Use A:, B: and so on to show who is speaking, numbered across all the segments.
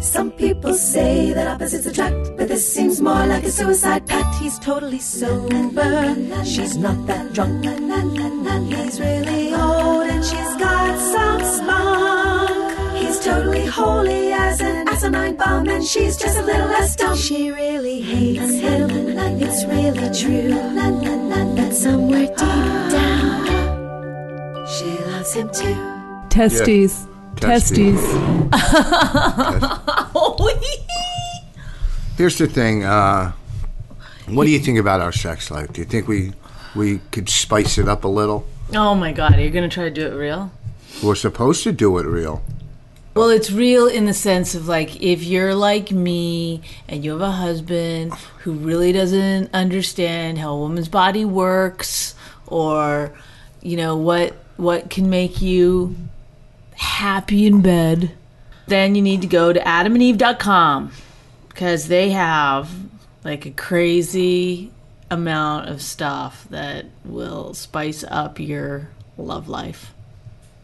A: Some people say that opposites attract, but this seems more like a suicide pact. He's totally sober, she's not that drunk. He's really old and she's got some spunk. He's totally holy as an asinine bomb, and she's just a little less dumb. She really hates him, it's really true. But somewhere deep down, she loves him too.
B: Testes.
C: Testes.
B: Testes.
C: Here's the thing. Uh, what do you think about our sex life? Do you think we we could spice it up a little?
B: Oh my god, are you going to try to do it real?
C: We're supposed to do it real.
B: Well, it's real in the sense of like if you're like me and you have a husband who really doesn't understand how a woman's body works or you know what what can make you happy in bed, then you need to go to adamandeve.com cuz they have like a crazy amount of stuff that will spice up your love life.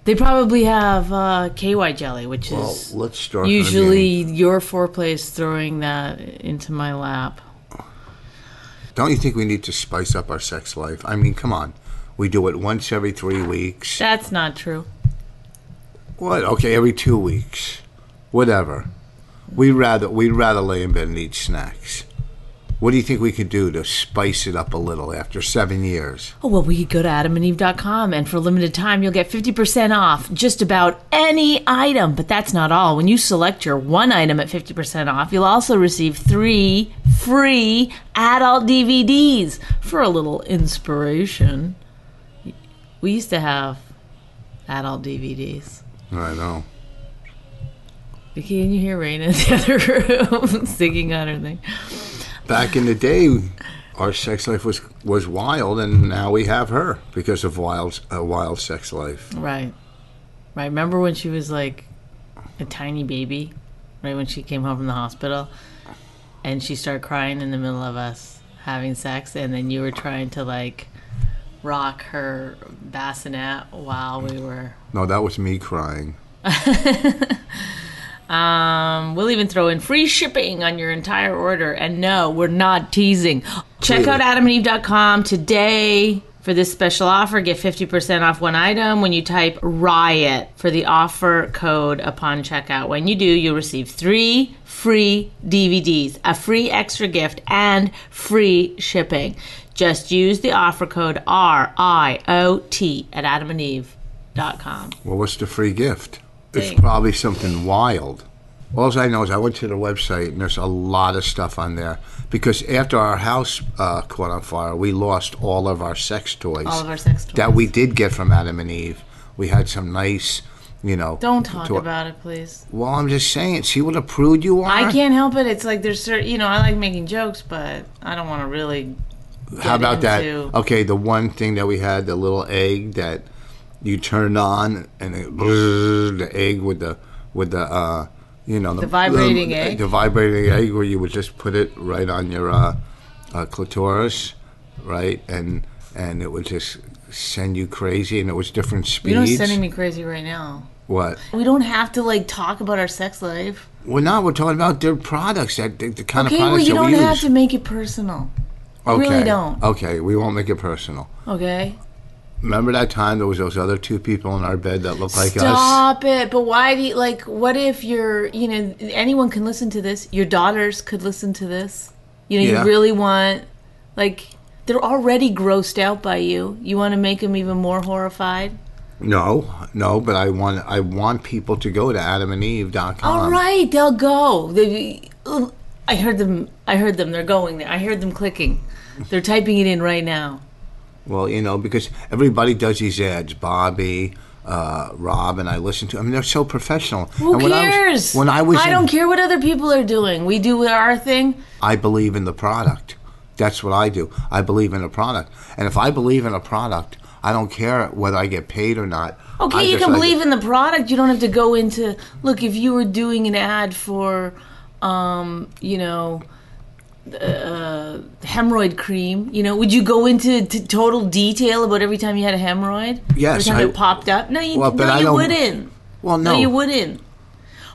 B: They probably have uh, KY jelly, which
C: Well,
B: is
C: Oh, let's start.
B: usually your foreplay is throwing that into my lap.
C: Don't you think we need to spice up our sex life? I mean, come on. We do it once every three weeks.
B: That's not true.
C: What? Okay, every two weeks. Whatever. We rather we'd rather lay in bed and eat snacks. What do you think we could do to spice it up a little after seven years?
B: Oh, well, we could go to adamandeve.com, and for a limited time, you'll get 50% off just about any item. But that's not all. When you select your one item at 50% off, you'll also receive three free adult DVDs for a little inspiration. We used to have adult DVDs.
C: I know.
B: Vicky, can you hear Raina in the other room singing on her thing?
C: Back in the day, our sex life was was wild, and now we have her because of wild a wild sex life.
B: Right. Right. Remember when she was like a tiny baby? Right when she came home from the hospital and she started crying in the middle of us having sex and then you were trying to like rock her bassinet while we were
C: No, that was me crying.
B: um we'll even throw in free shipping on your entire order and no we're not teasing check out adamandeve.com today for this special offer get 50% off one item when you type riot for the offer code upon checkout when you do you'll receive three free dvds a free extra gift and free shipping just use the offer code r-i-o-t at adamandeve.com
C: Well, what's the free gift?
B: Thing.
C: It's probably something wild. All I know is I went to the website and there's a lot of stuff on there because after our house uh, caught on fire, we lost all of our sex toys.
B: all of our sex toys
C: that we did get from Adam and Eve. We had some nice, you know.
B: don't talk
C: to-
B: about it please
C: Well, I'm just saying. See what a prude you are.
B: I can't help it. It's like there's certain, you know, I like making jokes, but I don't want to really.
C: How about that?
B: into-
C: Okay, the one thing that we had, the little egg that you turned on, and it, the egg with the with the uh, you know the,
B: vibrating
C: the-
B: egg?
C: the vibrating egg where you would just put it right on your uh, uh, clitoris, right, and and it would just send you crazy, and it was different speeds.
B: You know, it's sending me crazy right now.
C: what?
B: We don't have to like talk about our sex life.
C: Well, now we're talking about their products, that the, the kind
B: Okay,
C: of
B: well,
C: products
B: you
C: that
B: don't
C: we use.
B: have to make it personal.
C: okay.
B: really don't.
C: Okay, we won't make it personal.
B: Okay,
C: Remember that time there was those other two people in our bed that looked like us?
B: stop it. But why do you like? What if you're, you know, anyone can listen to this. Your daughters could listen to this. You know,
C: Yeah.
B: you really want like they're already grossed out by you. You want to make them even more horrified.
C: No, no, but I want I want people to go to adamandeve.com.
B: All right, they'll go. They, I heard them. I heard them. They're going there. I heard them clicking. They're typing it in right now.
C: Well, you know, because everybody does these ads. Bobby, uh, Rob, and I listen to. I mean, they're so professional.
B: Who
C: and when I was,
B: cares?
C: when I was, in-
B: don't care what other people are doing. We do our thing.
C: I believe in the product. That's what I do. I believe in a product. And if I believe in a product, I don't care whether I get paid or not.
B: Okay,
C: I
B: you
C: just-
B: can
C: I
B: believe
C: just-
B: in the product. You don't have to go into look. If you were doing an ad for, um, you know, uh, hemorrhoid cream, you know, would you go into t- total detail about every time you had a hemorrhoid?
C: Yes,
B: every time
C: I-
B: it popped up. No, you,
C: Well, but
B: no,
C: I
B: you
C: don't-
B: wouldn't.
C: Well, no,
B: No, you wouldn't.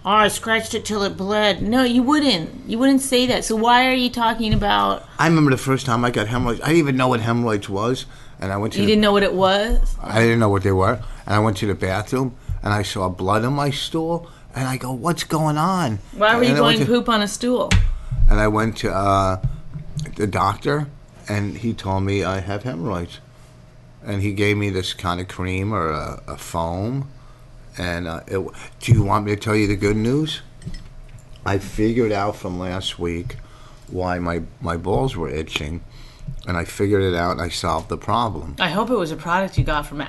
B: Oh, I scratched it till it bled. No, you wouldn't. You wouldn't say that. So why are you talking about?
C: I remember the first time I got hemorrhoids. I didn't even know what hemorrhoids was, and I went to
B: You
C: the,
B: didn't know what it was.
C: I didn't know what they were, and I went to the bathroom and I saw blood in my stool, and I go, "What's going on?"
B: Why were
C: And
B: you
C: I went
B: going
C: to-
B: poop on a stool?
C: and I went to uh, the doctor, and he told me I have hemorrhoids, and he gave me this kind of cream or a, a foam. And uh, it, do you want me to tell you the good news? I figured out from last week why my my balls were itching, and I figured it out. and I solved the problem.
B: I hope it was a product you got from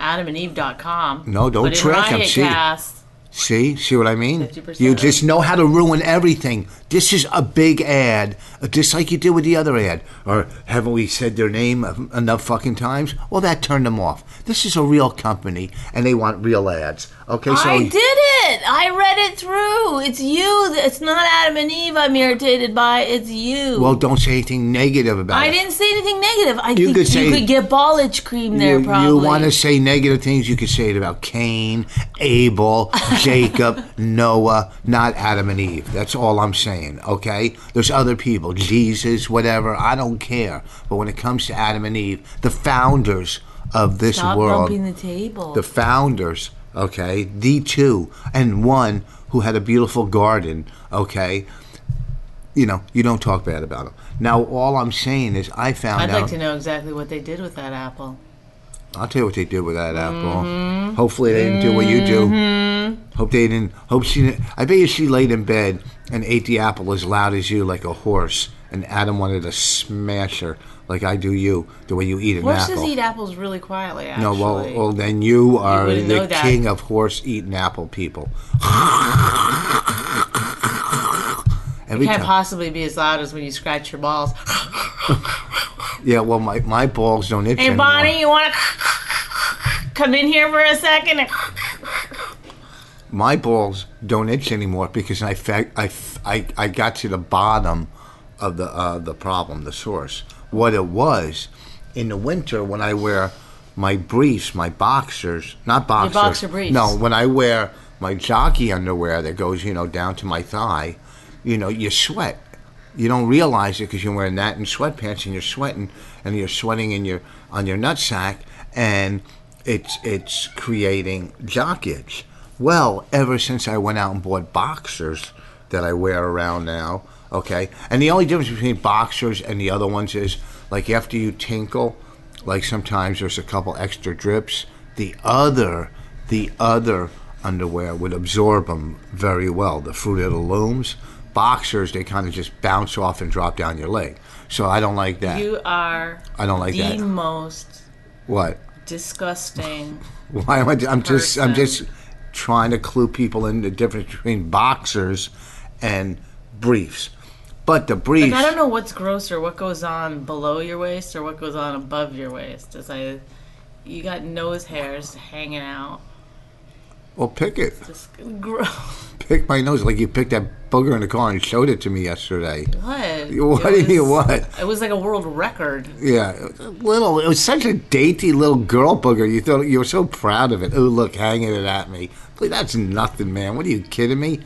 B: adamandeve.com.
C: No, don't
B: but
C: trick 'em,
B: in
C: see.
B: Riotcast,
C: See, see what I mean?
B: 50%
C: You
B: off.
C: just know how to ruin everything. This is a big ad, uh, just like you did with the other ad. Or haven't we said their name enough fucking times? Well, that turned them off. This is a real company, and they want real ads. Okay, so
B: I did it. I read it through. It's you. It's not Adam and Eve. I'm irritated by. It's you.
C: well, don't say anything negative about
B: I
C: it.
B: didn't say anything negative. I think
C: could say-
B: you could get ball itch cream there.
C: you,
B: probably.
C: want to say negative things? You could say it about Cain, Abel, Jacob, Noah, not Adam and Eve. That's all I'm saying. Okay? There's other people, Jesus, whatever. I don't care. But when it comes to Adam and Eve, the founders of this
B: Stop
C: world,
B: bumping the table.
C: the founders, okay, the two, and one who had a beautiful garden, okay. You know, you don't talk bad about them. Now, all I'm saying is, I found
B: I'd
C: out.
B: like to know exactly what they did with that apple.
C: I'll tell you what they did with that apple. Hopefully they didn't do what you do.
B: Mm-hmm.
C: Hope they didn't. Hope she. Didn't, I bet you she laid in bed and ate the apple as loud as you, like a horse. And Adam wanted to smash her, like I do you, the way you eat an
B: Horses
C: apple.
B: eat apples really quietly.
C: no,
B: Actually.
C: well, well, then you are
B: wouldn't
C: the
B: know that.
C: king of horse-eating apple people. Every
B: can't
C: time-
B: possibly be as loud as when you scratch your balls.
C: yeah. Well, my, my balls don't itch
B: Hey,
C: anymore.
B: Bonnie, you want to come in here for a second? and-
C: my balls don't itch anymore because I, fa- I, f- I, I got to the bottom of the, uh, the problem, the source. What it was in the winter when I wear my briefs, my boxers, not boxers.
B: boxer briefs.
C: No, when I wear my jockey underwear that goes, you know, down to my thigh, you know, you sweat. You don't realize it because you're wearing that and sweatpants and you're sweating and you're sweating in your on your nutsack and it's it's creating jock itch. Well, ever since I went out and bought boxers that I wear around now, okay, and the only difference between boxers and the other ones is like after you tinkle, like sometimes there's a couple extra drips. The other, the other underwear would absorb them very well. The fruit of the looms, boxers, they kind of just bounce off and drop down your leg. So I don't like that.
B: You are
C: I don't like
B: the
C: that.
B: most
C: what?
B: disgusting.
C: Why am I? I'm just. I'm
B: Person.
C: just trying to clue people in the difference between boxers and briefs. But the briefs.
B: I don't know what's grosser, what goes on below your waist or what goes on above your waist. It's like you got nose hairs hanging out.
C: Well, pick it.
B: Just gross.
C: Pick my nose like you picked that booger in the car and showed it to me yesterday.
B: What?
C: What
B: It
C: do you
B: was-
C: want?
B: It was like a world record.
C: Yeah, little. It was such a dainty little girl booger. You thought you were so proud of it. Oh, look, hanging it at me. Like, That's nothing, man. What are you kidding me?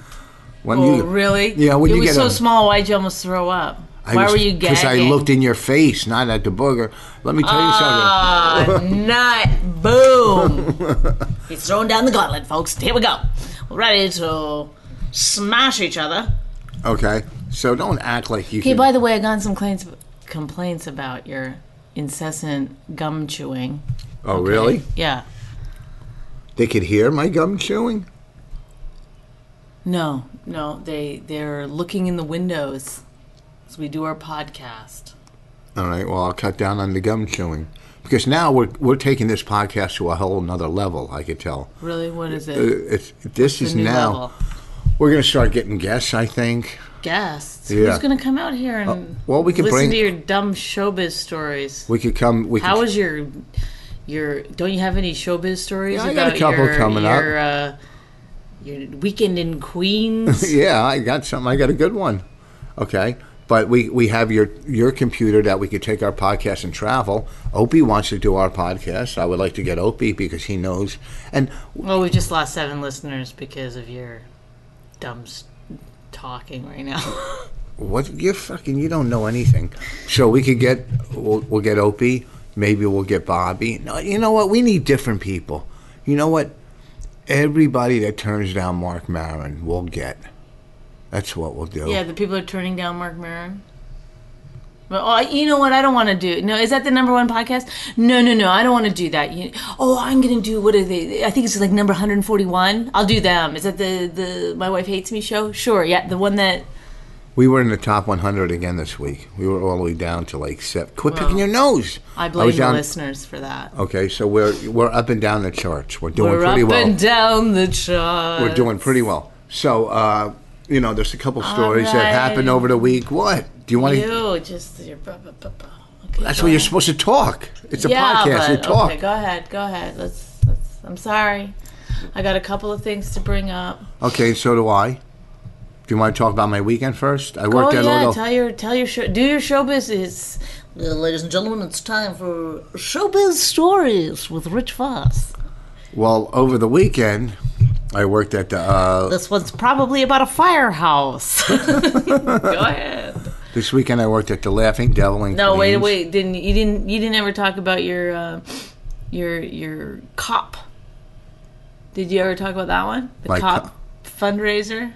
C: When
B: Oh,
C: you,
B: really?
C: Yeah, when
B: it
C: you
B: was
C: get
B: so
C: a-
B: small, why'd you almost throw up? Why were you gagging?
C: Because I looked in your face, not at the booger. Let me tell you
B: Ah, nut. Boom. He's throwing down the gauntlet, folks. Here we go. We're ready to smash each other.
C: something. Okay, so don't act like you.
B: Hey,
C: can,
B: by the way, I got some complaints, complaints about your incessant gum chewing.
C: oh, really?
B: Yeah.
C: They could hear my gum chewing.
B: No, no, they they're looking in the windows as we do our podcast.
C: All right. Well, I'll cut down on the gum chewing because now we're we're taking this podcast to a whole another level. I could tell. Uh,
B: Really, what is it?
C: It's this
B: The
C: is
B: new
C: now.
B: level.
C: We're gonna start getting guests. I think.
B: Guests.
C: Yeah. Uh,
B: Who's going to come out here and
C: well, we could
B: listen
C: bring-
B: to your dumb showbiz stories?
C: We could come. We
B: How
C: could,
B: was your your don't you have any showbiz stories?
C: Yeah, I
B: about
C: got a couple
B: your,
C: coming up.
B: your, Uh, your weekend in Queens.
C: yeah, I got something. I got a good one. Okay, but we we have your your computer that we could take our podcast and travel. Opie wants to do our podcast. I would like to get Opie because he knows. And
B: well, we just lost seven listeners because of your dumb s- talking right now.
C: what you fucking you don't know anything. So we could get we'll, we'll get Opie. Maybe we'll get Bobby. No, you know what? We need different people. You know what? Everybody that turns down Mark Maron, we'll get. That's what we'll do.
B: yeah, the people are turning down Mark Maron. But oh, you know what? I don't want to do. No, is that the number one podcast? No, no, no. I don't want to do that. You, oh, I'm gonna do what are they? I think it's like number 141. I'll do them. Is that the the My Wife Hates Me show? Sure. Yeah, the one that
C: We were in the top 100 again this week. We were all the way down to like seven. Quit picking your nose.
B: I
C: was
B: blame the
C: down-
B: listeners for that.
C: Okay, so we're we're up and down the charts. We're doing
B: We're up
C: pretty well.
B: and down the chart.
C: we're doing pretty well. So uh, you know, there's a couple stories that
B: right.
C: happened over the week. What do you want to?
B: You just your bu- bu- bu- bu- okay,
C: That's what
B: go
C: you're
B: ahead.
C: supposed to talk. It's a
B: yeah,
C: podcast.
B: But,
C: you talk.
B: Okay, go ahead. Go ahead. Let's, let's. I'm sorry. I got a couple of things to bring up.
C: Okay, so do I. Do you want to talk about my weekend first? I
B: Oh
C: worked at a
B: yeah,
C: little.
B: tell your tell your show. Do your showbiz. It's, well, ladies and gentlemen, it's time for showbiz stories with Rich Voss.
C: well, over the weekend, I worked at the. Uh,
B: This one's probably about a firehouse. go ahead.
C: this weekend, I worked at the Laughing Devil in
B: No, wait,
C: Queens.
B: wait. Didn't you didn't you didn't ever talk about your uh, your your cop? Did you ever talk about that one? The
C: My
B: cop
C: cop.
B: fundraiser.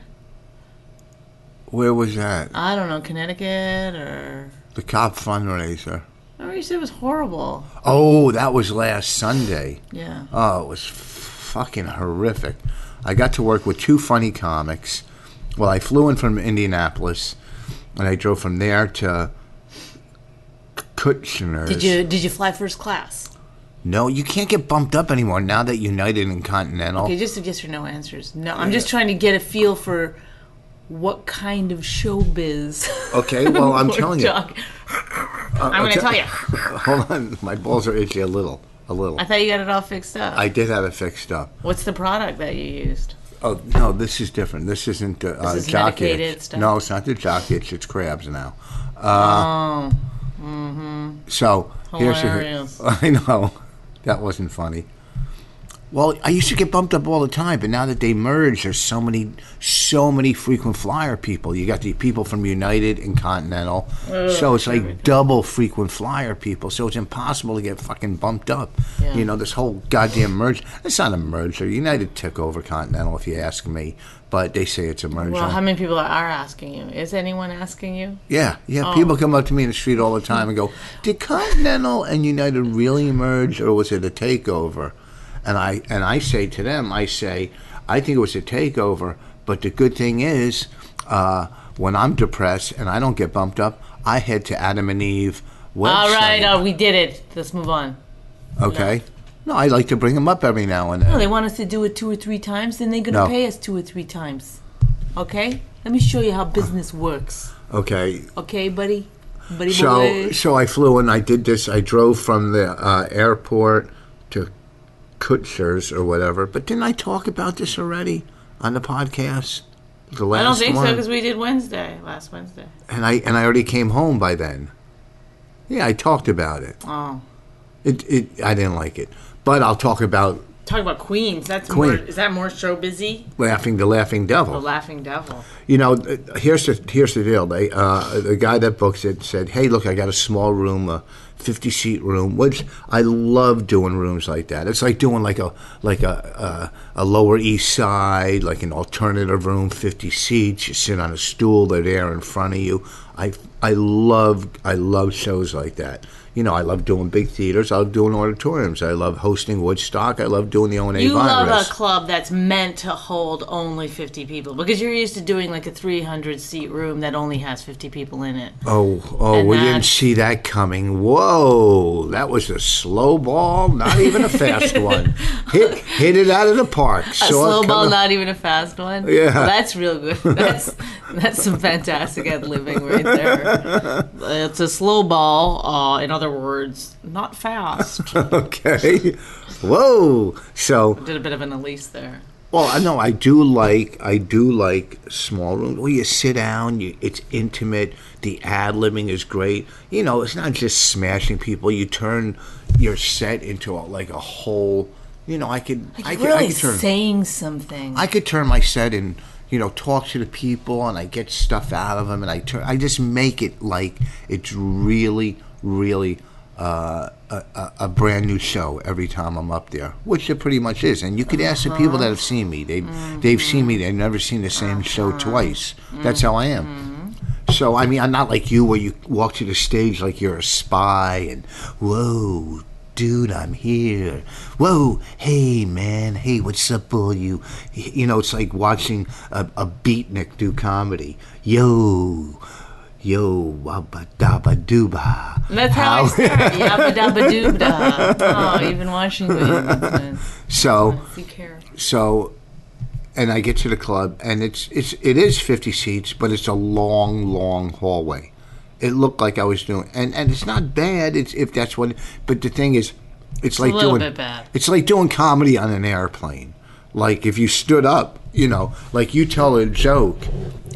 C: Where was that?
B: I don't know, Connecticut or.
C: The cop fundraiser.
B: I you said it was horrible.
C: Oh, that was last Sunday.
B: Yeah.
C: Oh, it was fucking horrific. I got to work with two funny comics. Well, I flew in from Indianapolis, and I drove from there to Kitchener's.
B: Did you did you fly first class?
C: No, you can't get bumped up anymore now that United and Continental.
B: Okay, just a yes or no answers. No, I'm just trying to get a feel for what kind of showbiz.
C: Okay, well, I'm
B: we're
C: telling you. Uh,
B: talking- I'm going to tell you.
C: Hold on, my balls are itchy a little, a little.
B: I thought you got it all fixed up.
C: I did have it fixed up.
B: What's the product that you used?
C: Oh no, this is different. This isn't the uh,
B: is
C: jockey. itch.
B: medicated stuff.
C: No, it's not the jockey. Itch, it's crabs now. Uh, mm-hmm. So here's
B: Oh, Hilarious.
C: the. I know that wasn't funny. Well, I used to get bumped up all the time, but now that they merged, there's so many, so many frequent flyer people. You got the people from United and Continental, so it's like double frequent flyer people. So it's impossible to get fucking bumped up.
B: Yeah.
C: You know this whole goddamn merge. It's not a merger. United took over Continental, if you ask me, but they say it's a merger.
B: Well, how many people are, are asking you? Is anyone asking you?
C: Yeah, yeah.
B: Oh.
C: People come up to me in the street all the time and go, "Did Continental and United really merge, or was it a takeover?" And I and I say to them, I say, "I think it was a takeover, but the good thing is, uh, when I'm depressed and I don't get bumped up, I head to Adam and Eve website.
B: All right, oh, we did it. Let's move on.
C: okay. No, I like to bring them up every now and then.
B: Oh, they want us to do it two or three times, then they're going to
C: No.
B: pay us two or three times. Okay? Let me show you how business works.
C: okay,
B: Okay, buddy? Buddy
C: So,
B: boy.
C: so I flew and I did this. I drove from the uh, airport to Kutcher's or whatever. But didn't I talk about this already on the podcast? The last
B: I don't think so
C: one.
B: 'cause so because we did Wednesday, last Wednesday.
C: and I and I already came home by then. Yeah, I talked about it.
B: Oh.
C: It, it I didn't like it, but I'll talk about
B: Talk about Queens. That's
C: Queen.
B: more. Is that more show busy?
C: laughing the laughing devil.
B: The Laughing Devil.
C: you know, uh, here's the here's the deal. They uh, the guy that books it said, "Hey, look, I got a small room, a 50 seat room, which I love doing rooms like that. It's like doing like a like a a, a Lower East Side, like an alternative room, 50 seats. You sit on a stool, they're there in front of you. I I love I love shows like that. You know, I love doing big theaters. I love doing auditoriums. I love hosting Woodstock. I love doing the O and A
B: You love
C: virus.
B: a club that's meant to hold only 50 people because you're used to doing like a 300 seat room that only has 50 people in it.
C: Oh, oh,
B: And
C: we didn't
B: that's-
C: see that coming. Whoa, that was a slow ball, not even a fast one. Hit, hit it out of the park.
B: A
C: Saw it
B: slow ball,
C: coming.
B: not even a fast one.
C: Yeah.
B: that's real good. That's That's some fantastic ad living right there. It's a slow ball. Uh, in other words, not fast.
C: Okay. Whoa. So,
B: Did a bit of an Elise there.
C: well, I know I do like I do like small rooms where you sit down. You, it's intimate. The ad libbing is great. You know, it's not just smashing people. You turn your set into a, like a whole. You know, I could I could, I
B: really
C: could turn
B: saying something.
C: I could turn my set and you know talk to the people and I get stuff out of them and I turn I just make it like it's really really uh, a, a, a brand new show every time I'm up there, which it pretty much is. And you could ask the people that have seen me; they they've seen me. They've never seen the same show twice. That's how I am. So I mean, I'm not like you, where you walk to the stage like you're a spy and whoa, dude, I'm here. Whoa, hey man, hey, what's up, all you? You know, it's like watching a, a beatnik do comedy. Yo, yo, wabba dabba dooba.
B: That's how I start. Yabba dabba doob da. Oh, even Washington.
C: So,
B: You care.
C: so, and I get to the club, and it's it's it is 50 seats, but it's a long, long hallway. It looked like I was doing, and and it's not bad. It's if that's what. But the thing is, it's like
B: little
C: doing
B: bit bad.
C: it's like doing comedy on an airplane. Like if you stood up, you know, like you tell a joke,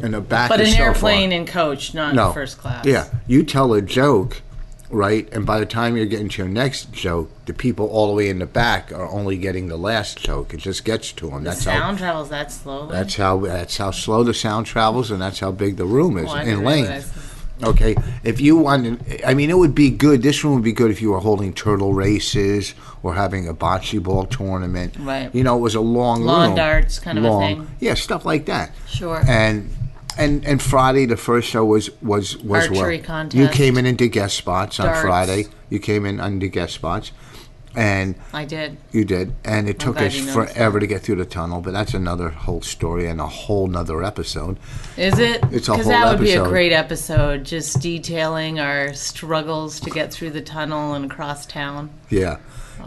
C: and the back.
B: But an
C: yourself
B: airplane
C: up.
B: and coach, not
C: no
B: first class.
C: Yeah, you tell a joke, right? And by the time you're getting to your next joke, the people all the way in the back are only getting the last joke. It just gets to them. That's how
B: Sound travels that slowly.
C: that's how that's how slow the sound travels, and that's how big the room is
B: Oh, I
C: in
B: didn't realize
C: length. Okay, if you wanted, I mean, it would be good. This room would be good if you were holding turtle races or having a bocce ball tournament.
B: Right.
C: You know, it was a long
B: Lawn
C: room.
B: darts kind of a
C: Long-
B: thing.
C: Yeah, stuff like that.
B: Sure.
C: And and and Friday, the first show was was was
B: Archery
C: well.
B: contest.
C: You came in into guest spots on
B: Darts.
C: Friday. You came in under guest spots, and
B: I did.
C: you did, and it took
B: glad
C: us
B: you noticed
C: forever to get through the tunnel, but that's another whole story and a whole nother episode.
B: Is it?
C: It's a whole
B: that would be a
C: episode.
B: great episode, just detailing our struggles to get through the tunnel and across town.
C: Yeah,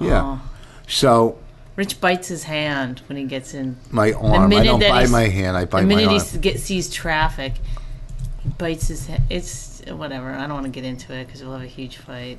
C: yeah. So
B: Rich bites his hand when he gets in.
C: my
B: The
C: arm, I don't
B: that
C: buy
B: he's-
C: my hand, I bite
B: The
C: my
B: minute
C: arm.
B: he s- get, sees traffic, he bites his hand. It's whatever. I don't want to get into it because we'll have a huge fight.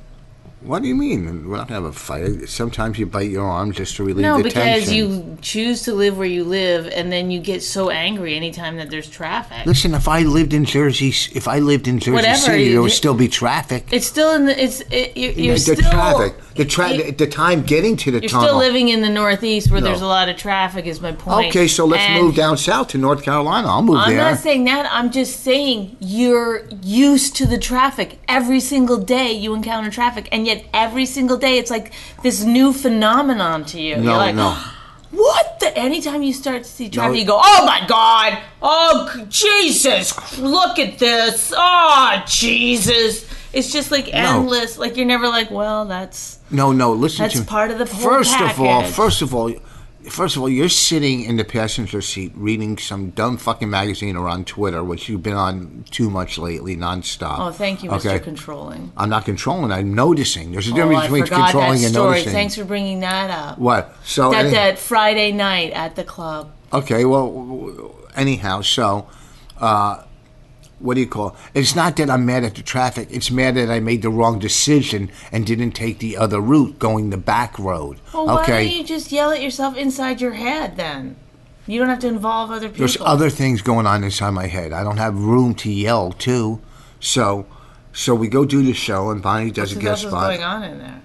C: What do you mean? We're not gonna have a fight. Sometimes you bite your arm just to relieve
B: No,
C: the
B: because
C: tension.
B: you choose to live where you live, and then you get so angry anytime that there's traffic.
C: Listen, if I lived in Jersey, if I lived in Jersey
B: Whatever,
C: City, there
B: you-
C: would still be traffic.
B: It's still in the. It's it, you're, you're
C: the
B: still.
C: traffic, the tra-
B: you-
C: the time getting to the
B: You're
C: tunnel.
B: still living in the Northeast where
C: No.
B: there's a lot of traffic. Is my point.
C: okay, so let's
B: And
C: move down south to North Carolina. I'll move
B: I'm
C: there.
B: not saying that. I'm just saying you're used to the traffic. Every single day you encounter traffic, and yet every single day it's like this new phenomenon to you.
C: no,
B: you're like, "Oh,
C: no.
B: What the? Anytime you start to see traffic,
C: No.
B: you go, "Oh my God! Oh c- Jesus! Look at this! Oh Jesus!" It's just like endless. Like you're never like, "Well, that's."
C: No, no. Listen
B: That's
C: to me.
B: part of the whole
C: First of all,
B: package.
C: first of all, first of all, you're sitting in the passenger seat reading some dumb fucking magazine or on Twitter, which you've been on too much lately, nonstop.
B: Oh, thank you, Mr.
C: Okay.
B: Controlling.
C: I'm not controlling. I'm noticing. There's a
B: Oh,
C: difference
B: I
C: between
B: forgot that
C: controlling and
B: story.
C: noticing.
B: Thanks for bringing that up.
C: What? So
B: That
C: any-
B: that Friday night at the club.
C: Okay, well, w- w- anyhow, so uh, what do you call? It's not that I'm mad at the traffic. It's mad that I made the wrong decision and didn't take the other route, going the back road.
B: Well, Oh, why
C: okay,
B: don't you just yell at yourself inside your head then? You don't have to involve other people.
C: there's other things going on inside my head. I don't have room to yell too, so. So we go do the show, and Bonnie does a
B: What else
C: guest
B: is
C: spot.
B: going on in there?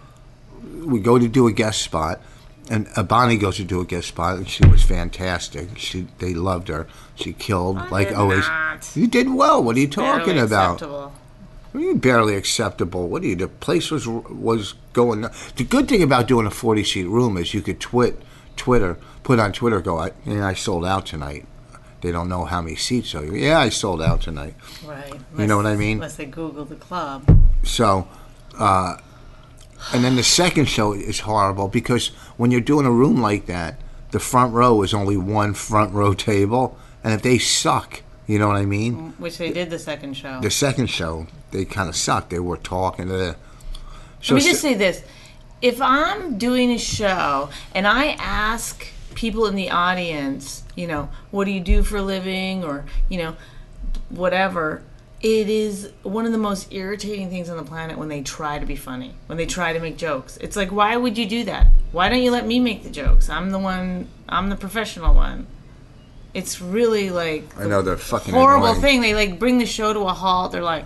C: we go to do a guest spot, and uh, Bonnie goes to do a guest spot, and she was fantastic. She they loved her. She killed like
B: did
C: always.
B: not.
C: You did well. What are you talking
B: Barely
C: about?
B: acceptable.
C: What do you mean barely acceptable? What do you? The place was was going. The good thing about doing a forty seat room is you could twit, Twitter, put on Twitter, go, I, yeah, I sold out tonight. They don't know how many seats are. Yeah, I sold out tonight.
B: Right.
C: You know
B: Unless-
C: what I mean?
B: Unless they Google the club.
C: So, uh, and then the second show is horrible because when you're doing a room like that, the front row is only one front row table, and if they suck, you know what I mean.
B: Which they did the second show.
C: The second show, they kind of sucked. They were talking to. The, so
B: Let me just
C: so-
B: say this. If I'm doing a show and I ask people in the audience, you know, what do you do for a living? Or, you know, whatever. It is one of the most irritating things on the planet when they try to be funny, when they try to make jokes. It's like, why would you do that? Why don't you let me make the jokes? I'm the one, I'm the professional one. It's really like
C: I know they're fucking
B: horrible
C: annoying.
B: thing. They like bring the show to a halt. They're like,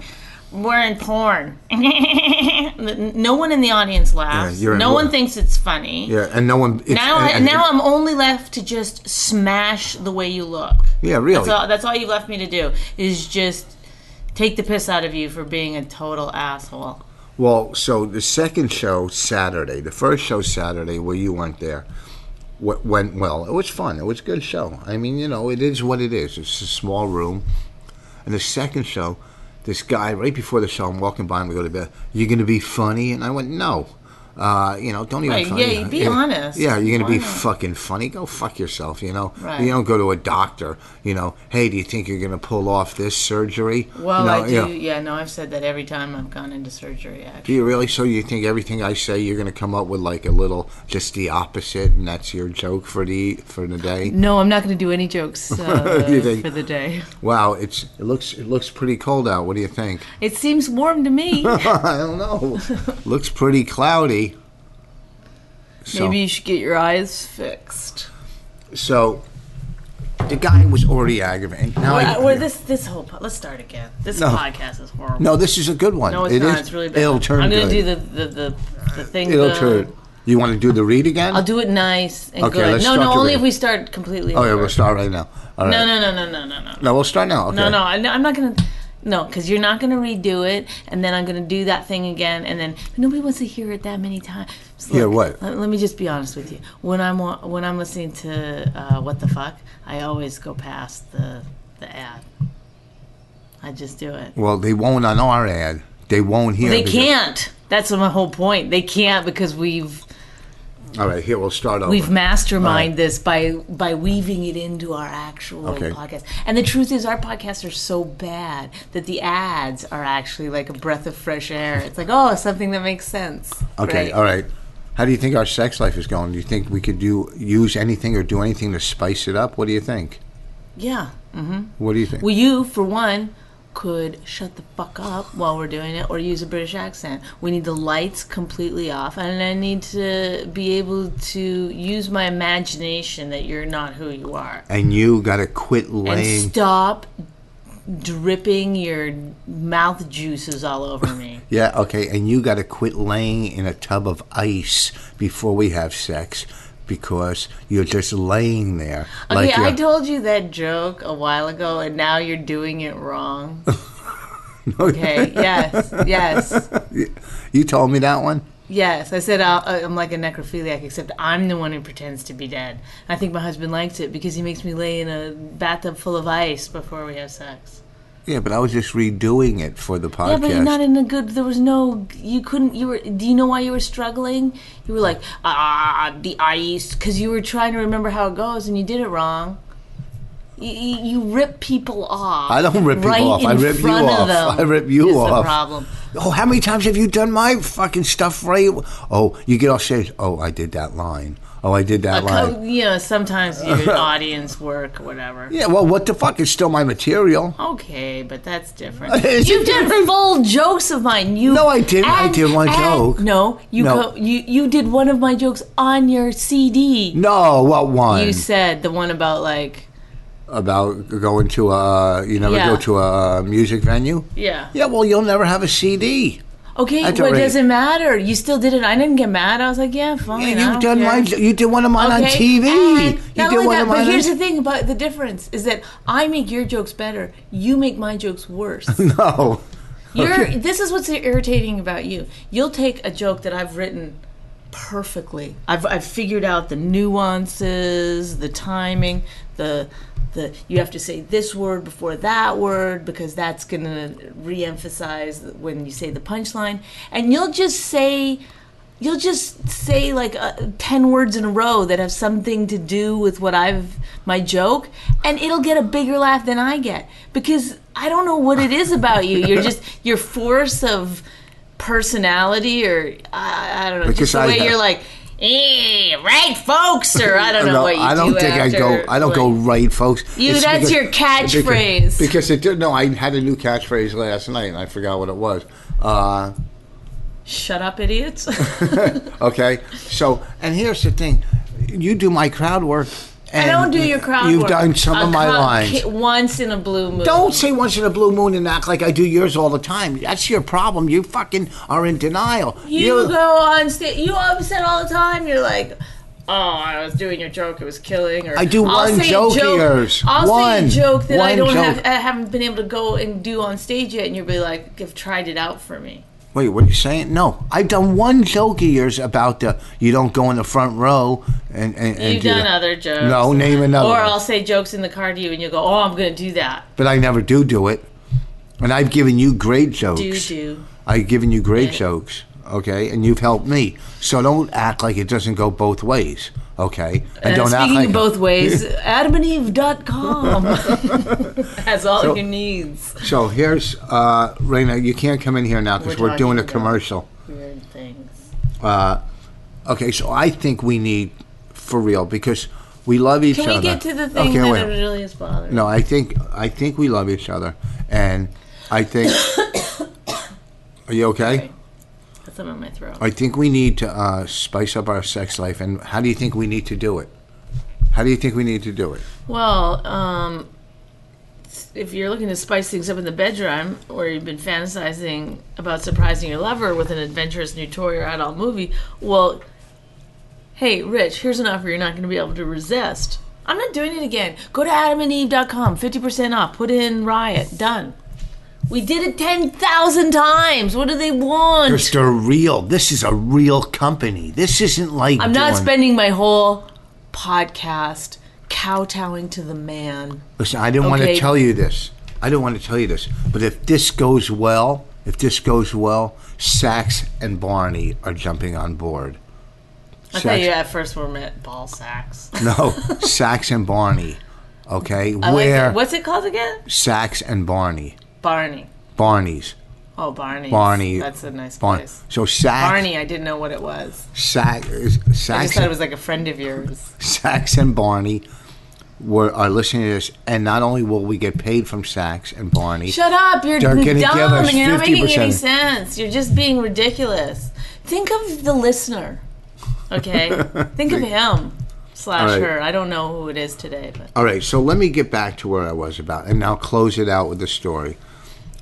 B: we're in porn. no one in the audience laughs.
C: Yeah, you're in
B: no
C: porn.
B: one thinks it's funny.
C: Yeah, and no one. It's,
B: Now,
C: and, and-
B: now I'm only left to just smash the way you look.
C: Yeah, really.
B: That's all, that's all you've left me to do is just take the piss out of you for being a total asshole.
C: Well, so the second show Saturday, the first show Saturday where you went there, w- went well. It was fun. It was a good show. I mean, you know, it is what it is. It's a small room. And the second show, this guy right before the show, I'm walking by and we go to bed. You going to be funny? And I went, no. Uh, you know, don't even.
B: Right,
C: funny.
B: yeah, be honest.
C: Yeah, you're gonna be
B: Why not?
C: fucking funny. Go fuck yourself. You know,
B: Right.
C: you don't go to a doctor. You know, hey, do you think you're gonna pull off this surgery?
B: Well,
C: you know,
B: I do.
C: yeah.
B: Yeah. no, I've said that every time I've gone into surgery.
C: Do
B: Actually,
C: you really? So you think everything I say, you're going to come up with like a little, just the opposite, and that's your joke for the for the day?
B: no, I'm not going to do any jokes uh,
C: You think-
B: for the day.
C: Wow, it's it looks it looks pretty cold out. What do you think?
B: It seems warm to me.
C: I don't know. looks pretty cloudy. So,
B: Maybe you should get your eyes fixed.
C: so the guy was already aggravating. Now I-
B: Well, well, this this whole po- let's start again. This
C: No.
B: podcast is horrible.
C: no, this is a good one.
B: No, it's
C: It
B: not.
C: is-
B: it's really bad.
C: It'll turn.
B: I'm gonna
C: good. Uh,
B: do the the, the, the thing.
C: It'll
B: the-
C: turn. You want to do the read again?
B: I'll do it nice and
C: Okay,
B: good.
C: let's
B: no,
C: start
B: no,
C: the
B: only
C: ring.
B: if we start completely.
C: Oh yeah,
B: over.
C: we'll start right now. All right.
B: No, no, no, no, no, no, no.
C: No, we'll start now. Okay.
B: No, no, I, I'm not gonna. No, because you're not gonna redo it, and then I'm gonna do that thing again, and then nobody wants to hear it that many times. So
C: Hear
B: look,
C: what?
B: Let, let me just be honest with you. When I'm wa- when I'm listening to uh, what the fuck, I always go past the the ad. I just do it.
C: Well, they won't on our ad. They won't hear.
B: They
C: because-
B: can't. That's my whole point. They can't because we've
C: All right, here we'll start over.
B: We've masterminded
C: Alright.
B: this by by weaving it into our actual
C: Okay.
B: podcast. And the truth is, our podcasts are so bad that the ads are actually like a breath of fresh air. It's like, oh, something that makes sense.
C: Okay,
B: Right.
C: all right. How do you think our sex life is going? Do you think we could do use anything or do anything to spice it up? What do you think?
B: Yeah.
C: What do you think?
B: Well, you, for one, could shut the fuck up while we're doing it, or use a British accent. We need the lights completely off, and I need to be able to use my imagination that you're not who you are.
C: and you got to quit
B: and
C: laying.
B: stop dripping your mouth juices all over me.
C: yeah, okay. And you got to quit laying in a tub of ice before we have sex because you're just laying there.
B: Okay,
C: you're-
B: I told you that joke a while ago, and now you're doing it wrong. okay, yes, yes,
C: you told me that one?
B: yes. I said I'll, uh, I'm like a necrophiliac, except I'm the one who pretends to be dead. I think my husband likes it because he makes me lay in a bathtub full of ice before we have sex.
C: Yeah, but I was just redoing it for the podcast.
B: Yeah, but you're not in a good. There was no. You couldn't. You were. Do you know why you were struggling? You were like ah the ice because you were trying to remember how it goes and you did it wrong. You, you you rip people off.
C: I don't rip people
B: right
C: off. I
B: in
C: rip you
B: front of
C: off.
B: them
C: I rip you
B: is The
C: off.
B: problem.
C: Oh, how many times have you done my fucking stuff, Ray? Oh, you get off stage. Oh, I did that line. Oh, I did that line.
B: Co- you know, sometimes your audience work or whatever.
C: Yeah, well, what the fuck? It's still my material.
B: Okay, but that's different.
C: It's
B: You've done
C: different.
B: full jokes of mine. You
C: No, I didn't. I did one joke.
B: No, you
C: No.
B: co- you you did one of my jokes on your CD.
C: No, what one?
B: You said the one about like
C: About going to a, you never
B: Yeah.
C: go to a music venue?
B: yeah.
C: Yeah, well, you'll never have a CD.
B: Okay,
C: That's
B: but it
C: alright.
B: doesn't matter. You still did it. I didn't get mad. I was like, yeah, fine. I
C: You've
B: don't
C: done
B: care.
C: my, you did one of mine on
B: Okay,
C: TV.
B: and
C: you
B: not
C: did
B: only
C: one
B: that,
C: of
B: but
C: mine
B: here's
C: on,
B: the thing about the difference is that I make your jokes better. You make my jokes worse.
C: No.
B: You're this is what's irritating about you. You'll take a joke that I've written perfectly. I've I've figured out the nuances, the timing, the the you have to say this word before that word because that's going to re-emphasize when you say the punchline and you'll just say you'll just say like uh, 10 words in a row that have something to do with what I've my joke and it'll get a bigger laugh than I get because I don't know what it is about you you're just your force of personality or I, I don't know
C: Because
B: just the
C: I
B: way
C: have-
B: you're like "Eh," me, right, folks? Or I don't know
C: No,
B: what you
C: I don't
B: do
C: think I
B: after,
C: go. I don't go
B: like-
C: right, folks.
B: You- that's your catchphrase.
C: Because, because it did. No, I had a new catchphrase last night, and I forgot what it was. Uh,
B: Shut up, idiots.
C: okay, so and here's the thing: you do my crowd work.
B: I
C: And
B: don't do your crowd
C: You've
B: work.
C: done some
B: I'll
C: of my
B: come
C: lines.
B: ki- once in a blue moon.
C: Don't say once in a blue moon and act like I do yours all the time. That's your problem. You fucking are in denial.
B: You go on stage. You upset all the time. You're like, oh, I was doing your joke. It was killing. Or
C: I do
B: I'll
C: one
B: say a
C: joke of yours.
B: I'll say
C: One.
B: a joke that I
C: One
B: don't have.
C: joke.
B: I haven't been able to go and do on stage yet. And you'll be like, you've tried it out for me.
C: Wait, what are you saying? No, I've done one joke of yours about the you don't go in the front row and and, and
B: You've
C: do
B: done
C: that.
B: other jokes.
C: No, name another.
B: Or
C: one.
B: I'll say jokes in the car to you, and you'll go, oh, I'm going to do that.
C: but I never do do it. And I've given you great jokes.
B: Do do.
C: I've given you great
B: Yeah.
C: jokes, okay, and you've helped me. So don't act like it doesn't go both ways, okay? And
B: Uh,
C: don't act
B: speaking
C: like
B: of both ways, adamandeve.com has all your needs.
C: So here's uh, Raina. You can't come in here now because
B: We're
C: we're, doing a
B: talking about-
C: commercial.
B: Weird things.
C: Uh, okay, so I think we need for real because we love each
B: Can
C: other.
B: we get to the thing
C: Okay,
B: that
C: wait.
B: really is bothering?
C: No, I think I think we love each other, and I think. are you okay?
B: That's something in my throat.
C: I think we need to uh, spice up our sex life. And how do you think we need to do it? How do you think we need to do it?
B: Well, um, if you're looking to spice things up in the bedroom, or you've been fantasizing about surprising your lover with an adventurous new toy or adult movie, well, hey, Rich, here's an offer you're not going to be able to resist. I'm not doing it again. Go to adamandeve.com, 50% off. Put in riot. Done. We did it 10,000 times. What do they want?
C: Because they're real. This is a real company. This isn't like
B: I'm not
C: doing-
B: spending my whole podcast kowtowing to the man.
C: Listen, I didn't want to
B: Okay.
C: tell you this. I didn't want to tell you this. But if this goes well, if this goes well, Sax and Barney are jumping on board.
B: I thought you at first were meant ball sacks.
C: no, Sax and Barney. Okay,
B: I like
C: where
B: that. What's it called again?
C: Sax and Barney,
B: Barney.
C: Barney's,
B: Oh, Barney.
C: Barney.
B: That's a nice
C: Barney.
B: place.
C: So Sax,
B: Barney, I didn't know what it was.
C: Sax,
B: I
C: Sax,
B: just thought it was like a friend of yours.
C: Sax uh, and Barney were are listening to this, and not only will we get paid from Sax and Barney,
B: Shut up! You're
C: They're
B: dumb.
C: gonna
B: You're
C: give us
B: not making any
C: 50%.
B: sense. You're just being ridiculous. Think of the listener. Okay. Think of him slash
C: All right. Uh,
B: her. I don't know who it is today, but
C: All right, so let me get back to where I was about, and now close it out with the story.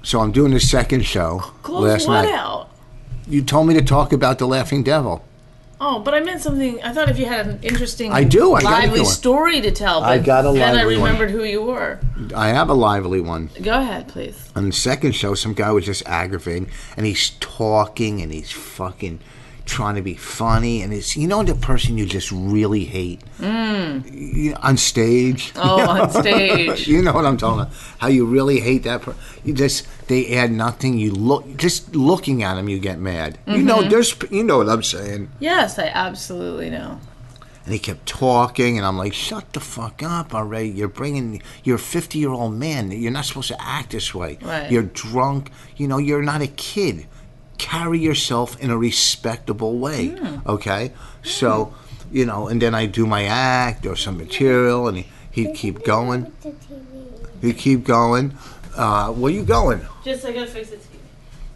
C: So I'm doing the second show
B: close
C: last
B: what
C: night.
B: out?
C: You told me to talk about the Laughing Devil.
B: Oh, but I meant something. I thought if you had an interesting,
C: I do, I got a
B: lively
C: good one.
B: story to tell. But
C: I got a
B: Then I
C: lively one.
B: remembered who you were.
C: I have a lively one.
B: Go ahead, please.
C: On the second show, some guy was just aggravating, and he's talking, and he's fucking trying to be funny, and it's you know the person you just really hate You- on stage.
B: Mm. Oh, on stage.
C: You know what I'm talking about? How you really hate that person. You just they add nothing. You look just looking at them, you get mad. You know there's you know what I'm saying.
B: Yes, I absolutely know.
C: And he kept talking, and I'm like, shut the fuck up already. You're bringing, you're a 50 year old man. You're not supposed to act this way.
B: Right.
C: You're drunk. You know, you're not a kid. Carry yourself in a respectable way. Okay? So, you know, and then I do my act or some material, and he, he'd keep going. He'd keep going. Uh, where you going?
B: Just I gotta fix it.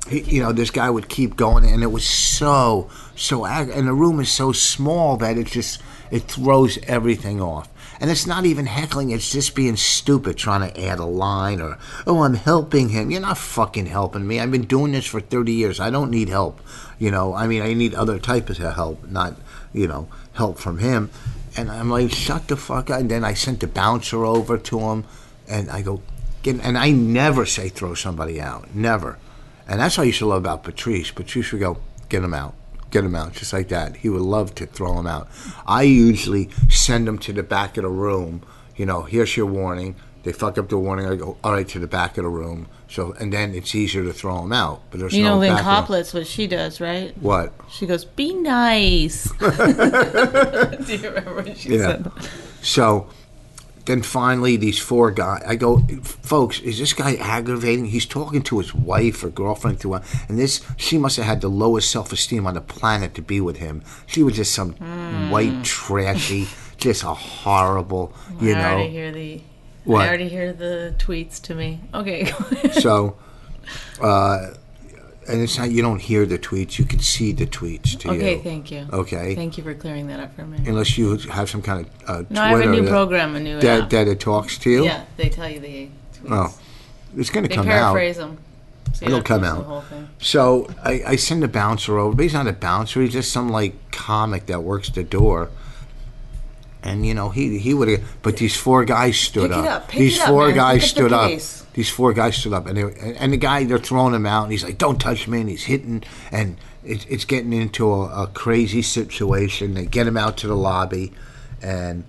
C: he- you know, this guy would keep going, and it was so, so, ag- and the room is so small that it just, it throws everything off. And it's not even heckling, it's just being stupid, trying to add a line or, oh, I'm helping him. You're not fucking helping me. I've been doing this for 30 years. I don't need help. You know, I mean, I need other types of help, not, you know, help from him. And I'm like, shut the fuck up. And then I sent the bouncer over to him, and I go, get, and I never say throw somebody out, never. And that's what I used to love about Patrice. Patrice would go, get him out, get him out, just like that. He would love to throw him out. I usually send him to the back of the room. You know, here's your warning. They fuck up the warning. I go, all right, to the back of the room. So, and then it's easier to throw him out. But there's
B: You
C: no
B: know Lynn
C: back of the-
B: Coplett's what she does, right?
C: What?
B: She goes, "Be nice." Do you remember what she
C: Yeah.
B: said?
C: So Then finally, these four guys. I go, folks, is this guy aggravating? He's talking to his wife or girlfriend through, a- and this she must have had the lowest self esteem on the planet to be with him. She was just some
B: Hmm.
C: white trashy, just a horrible, you
B: I already
C: know.
B: hear the.
C: What?
B: I already hear the tweets to me. Okay.
C: So, uh, and it's not you don't hear the tweets; you can see the tweets to you.
B: okay. Thank you.
C: Okay.
B: Thank you for clearing that up for me.
C: Unless you have some kind of uh, Twitter
B: No, I have a new
C: that,
B: program, a new
C: that,
B: app.
C: that it talks to you.
B: yeah, they tell you the tweets.
C: Oh, it's going to
B: they
C: come out.
B: paraphrase them. So you
C: It'll
B: don't
C: come
B: listen to
C: out.
B: The whole thing.
C: So I, I send a bouncer over. But he's not a bouncer. He's just some like comic that works the door. And you know he he would have. But these four guys stood
B: Pick it
C: up.
B: up, pick
C: These
B: it up,
C: four
B: man,
C: guys
B: pick up the
C: stood up.
B: pace.
C: These four guys stood up, and they, were- and and the guy they're throwing him out, and he's like, "Don't touch me!" And he's hitting, and it, it's getting into a, a crazy situation. They get him out to the lobby, and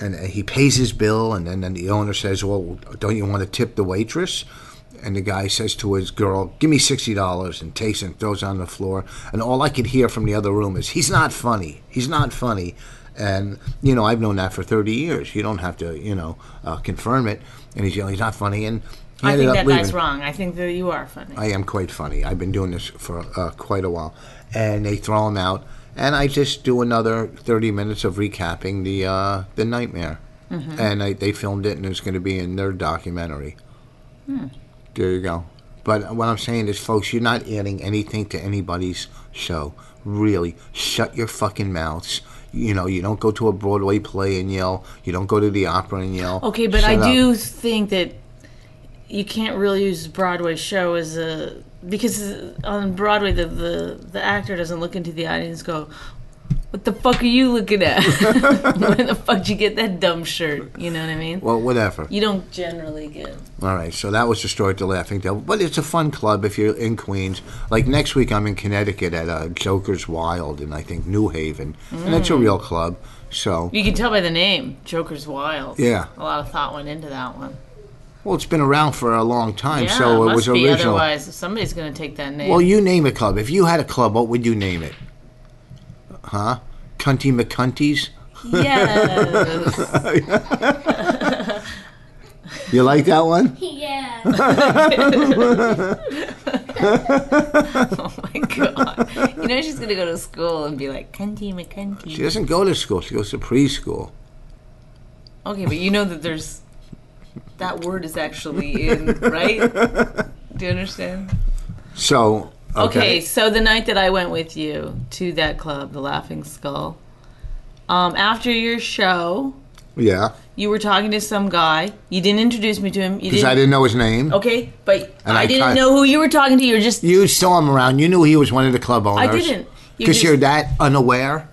C: and he pays his bill, and then, then the owner says, "Well, don't you want to tip the waitress?" And the guy says to his girl, "Give me sixty dollars," and takes it and throws it on the floor. And all I could hear from the other room is, "He's not funny. He's not funny." And you know, I've known that for thirty years. You don't have to, you know, uh, confirm it. And he's yelling, "He's not funny." And he
B: I
C: ended
B: think
C: up
B: that
C: leaving.
B: guy's wrong. I think that you are funny.
C: I am quite funny. I've been doing this for uh, quite a while, and they throw him out, and I just do another thirty minutes of recapping the uh, the nightmare,
B: Mm-hmm.
C: and I, they filmed it, and it's going to be in their documentary.
B: Hmm.
C: There you go. But what I'm saying is, folks, you're not adding anything to anybody's show. Really, shut your fucking mouths. You know, you don't go to a Broadway play and yell. You don't go to the opera and yell.
B: Okay, but I
C: Shut up.
B: do think that you can't really use Broadway show as a because on Broadway the the, the actor doesn't look into the audience and go, "What the fuck are you looking at? Where the fuck did you get that dumb shirt?" You know what I mean?
C: Well, whatever.
B: you don't generally get.
C: All right, so that was the story at the Laughing Devil. But it's a fun club if you're in Queens. Like next week, I'm in Connecticut at uh, Joker's Wild in I think New Haven, and it's a real club. So
B: Mm. You can tell by the name, Joker's Wild.
C: Yeah.
B: a lot of thought went into that one.
C: well, it's been around for a long time,
B: Yeah,
C: so it
B: must
C: was
B: be
C: original.
B: otherwise somebody's going to take that name.
C: Well, you name a club. If you had a club, what would you name it? Huh? Cunty McCunties?
B: yes.
C: You like that one?
D: Yeah.
B: oh my god! You know she's going to go to school and be like, "Cunty McCunty."
C: She doesn't go to school. She goes to preschool.
B: Okay, but you know that there's that word is actually in, right? Do you understand?
C: So
B: Okay.
C: okay.
B: so the night that I went with you to that club, the Laughing Skull, um, after your show,
C: Yeah,
B: you were talking to some guy. You didn't introduce me to him. You
C: because
B: didn't.
C: I didn't know his name.
B: okay, but
C: And
B: I,
C: I
B: didn't
C: tried-
B: know who you were talking to. You were just.
C: You saw him around. You knew he was one of the club owners.
B: I didn't. You
C: Because
B: just-
C: you're that unaware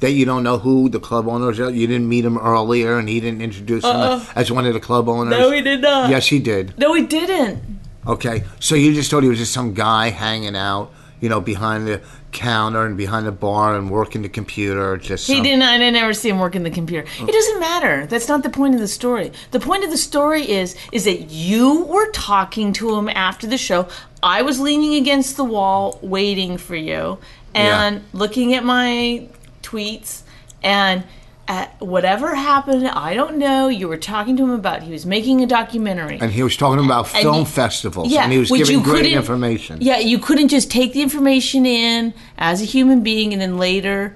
C: that you don't know who the club owners are. You didn't meet him earlier, and he didn't introduce him as one of the club owners.
B: Uh-uh. No, he did not.
C: Yes, he did.
B: No, he didn't.
C: Okay, so you just thought he was just some guy hanging out, you know, behind the counter and behind the bar and working the computer. Just
B: He
C: some-
B: didn't. I didn't ever see him working the computer. It doesn't matter. That's not the point of the story. The point of the story is is that you were talking to him after the show. I was leaning against the wall waiting for you and
C: Yeah.
B: looking at my tweets and. At whatever happened, I don't know. You were talking to him about he was making a documentary.
C: And he was talking about
B: And
C: film
B: you-
C: festivals,
B: yeah,
C: and he was
B: which
C: giving
B: you
C: great
B: couldn't-
C: information.
B: Yeah, you couldn't just take the information in as a human being and then later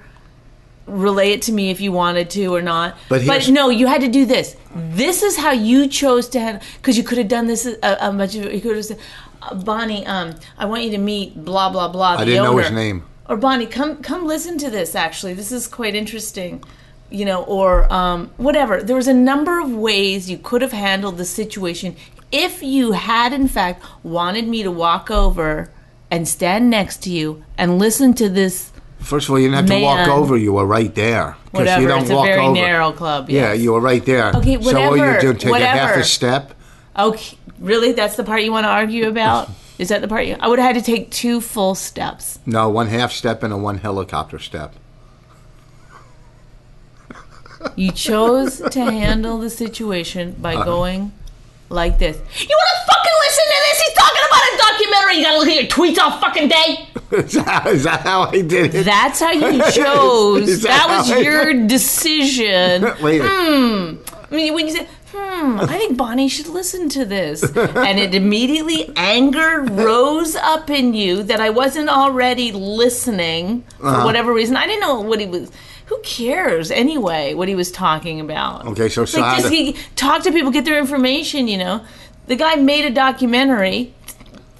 B: relay it to me if you wanted to or not.
C: But here's-
B: no, you had to do this. This is how you chose to handle because you could have done this a, a much. You could have said, "Uh, Bonnie, um, I want you to meet blah blah blah.
C: I didn't know his name.
B: Or Bonnie, come come listen to this. Actually, this is quite interesting. You know, or um, whatever. There was a number of ways you could have handled the situation if you had, in fact, wanted me to walk over and stand next to you and listen to this.
C: First of all, you didn't have to walk
B: Man.
C: over. You were right there. 'Cause
B: Whatever.
C: You don't
B: it's a
C: walk
B: very
C: over.
B: narrow club.
C: Yeah,
B: yes.
C: you were right there.
B: Okay,
C: So what you
B: whatever,
C: do? Take a half
B: whatever.
C: a step.
B: Okay, really? That's the part you want to argue about? Is that the part you? I would have had to take two full steps.
C: No, one half step and a one helicopter step.
B: You chose to handle the situation by
C: Uh-huh.
B: going like this. You want to fucking listen to this? He's talking about a documentary. You got to look at your tweets all fucking day.
C: is, that, is that how I did it?
B: That's how you chose.
C: Is
B: that
C: that
B: was
C: how I-
B: your decision.
C: Wait.
B: Hmm, I mean, when you say, hmm, I think Bonnie should listen to this. And it immediately anger rose up in you that I wasn't already listening for
C: Uh-huh.
B: whatever reason. I didn't know what he was. Who cares anyway what he was talking about?
C: Okay, so
B: like just
C: Sada-
B: he, talk to people, get their information. You know, the guy made a documentary.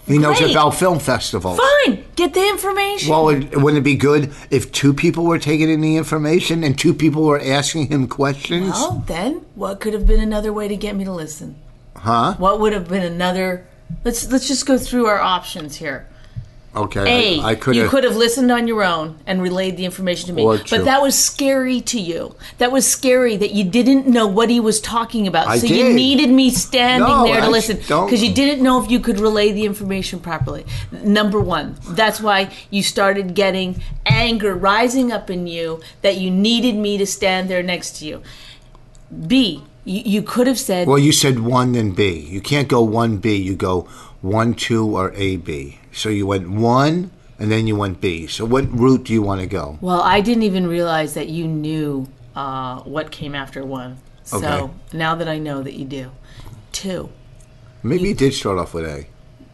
C: He knows
B: Great.
C: about film festivals.
B: Fine, get the information.
C: Well, it, wouldn't it be good if two people were taking in the information and two people were asking him questions?
B: Well, Oh, then what could have been another way to get me to listen?
C: huh?
B: What would have been another? Let's let's just go through our options here.
C: Okay,
B: A,
C: I, I could
B: you could
C: have.
B: have listened on your own and relayed the information to me.
C: Or two.
B: But that was scary to you. That was scary that you didn't know what he was talking about.
C: I
B: so
C: did.
B: you needed me standing
C: No,
B: there to
C: I
B: listen
C: don't-
B: because you didn't know if you could relay the information properly. Number one, that's why you started getting anger rising up in you that you needed me to stand there next to you. B, you, you could have said,
C: Well, you said one and B. You can't go one B. You go one, two, or A B. So you went one, and then you went B. So what route do you want to go?
B: Well, I didn't even realize that you knew uh, what came after one. So
C: Okay.
B: now that I know that you do. Two,
C: Maybe you did start off with A.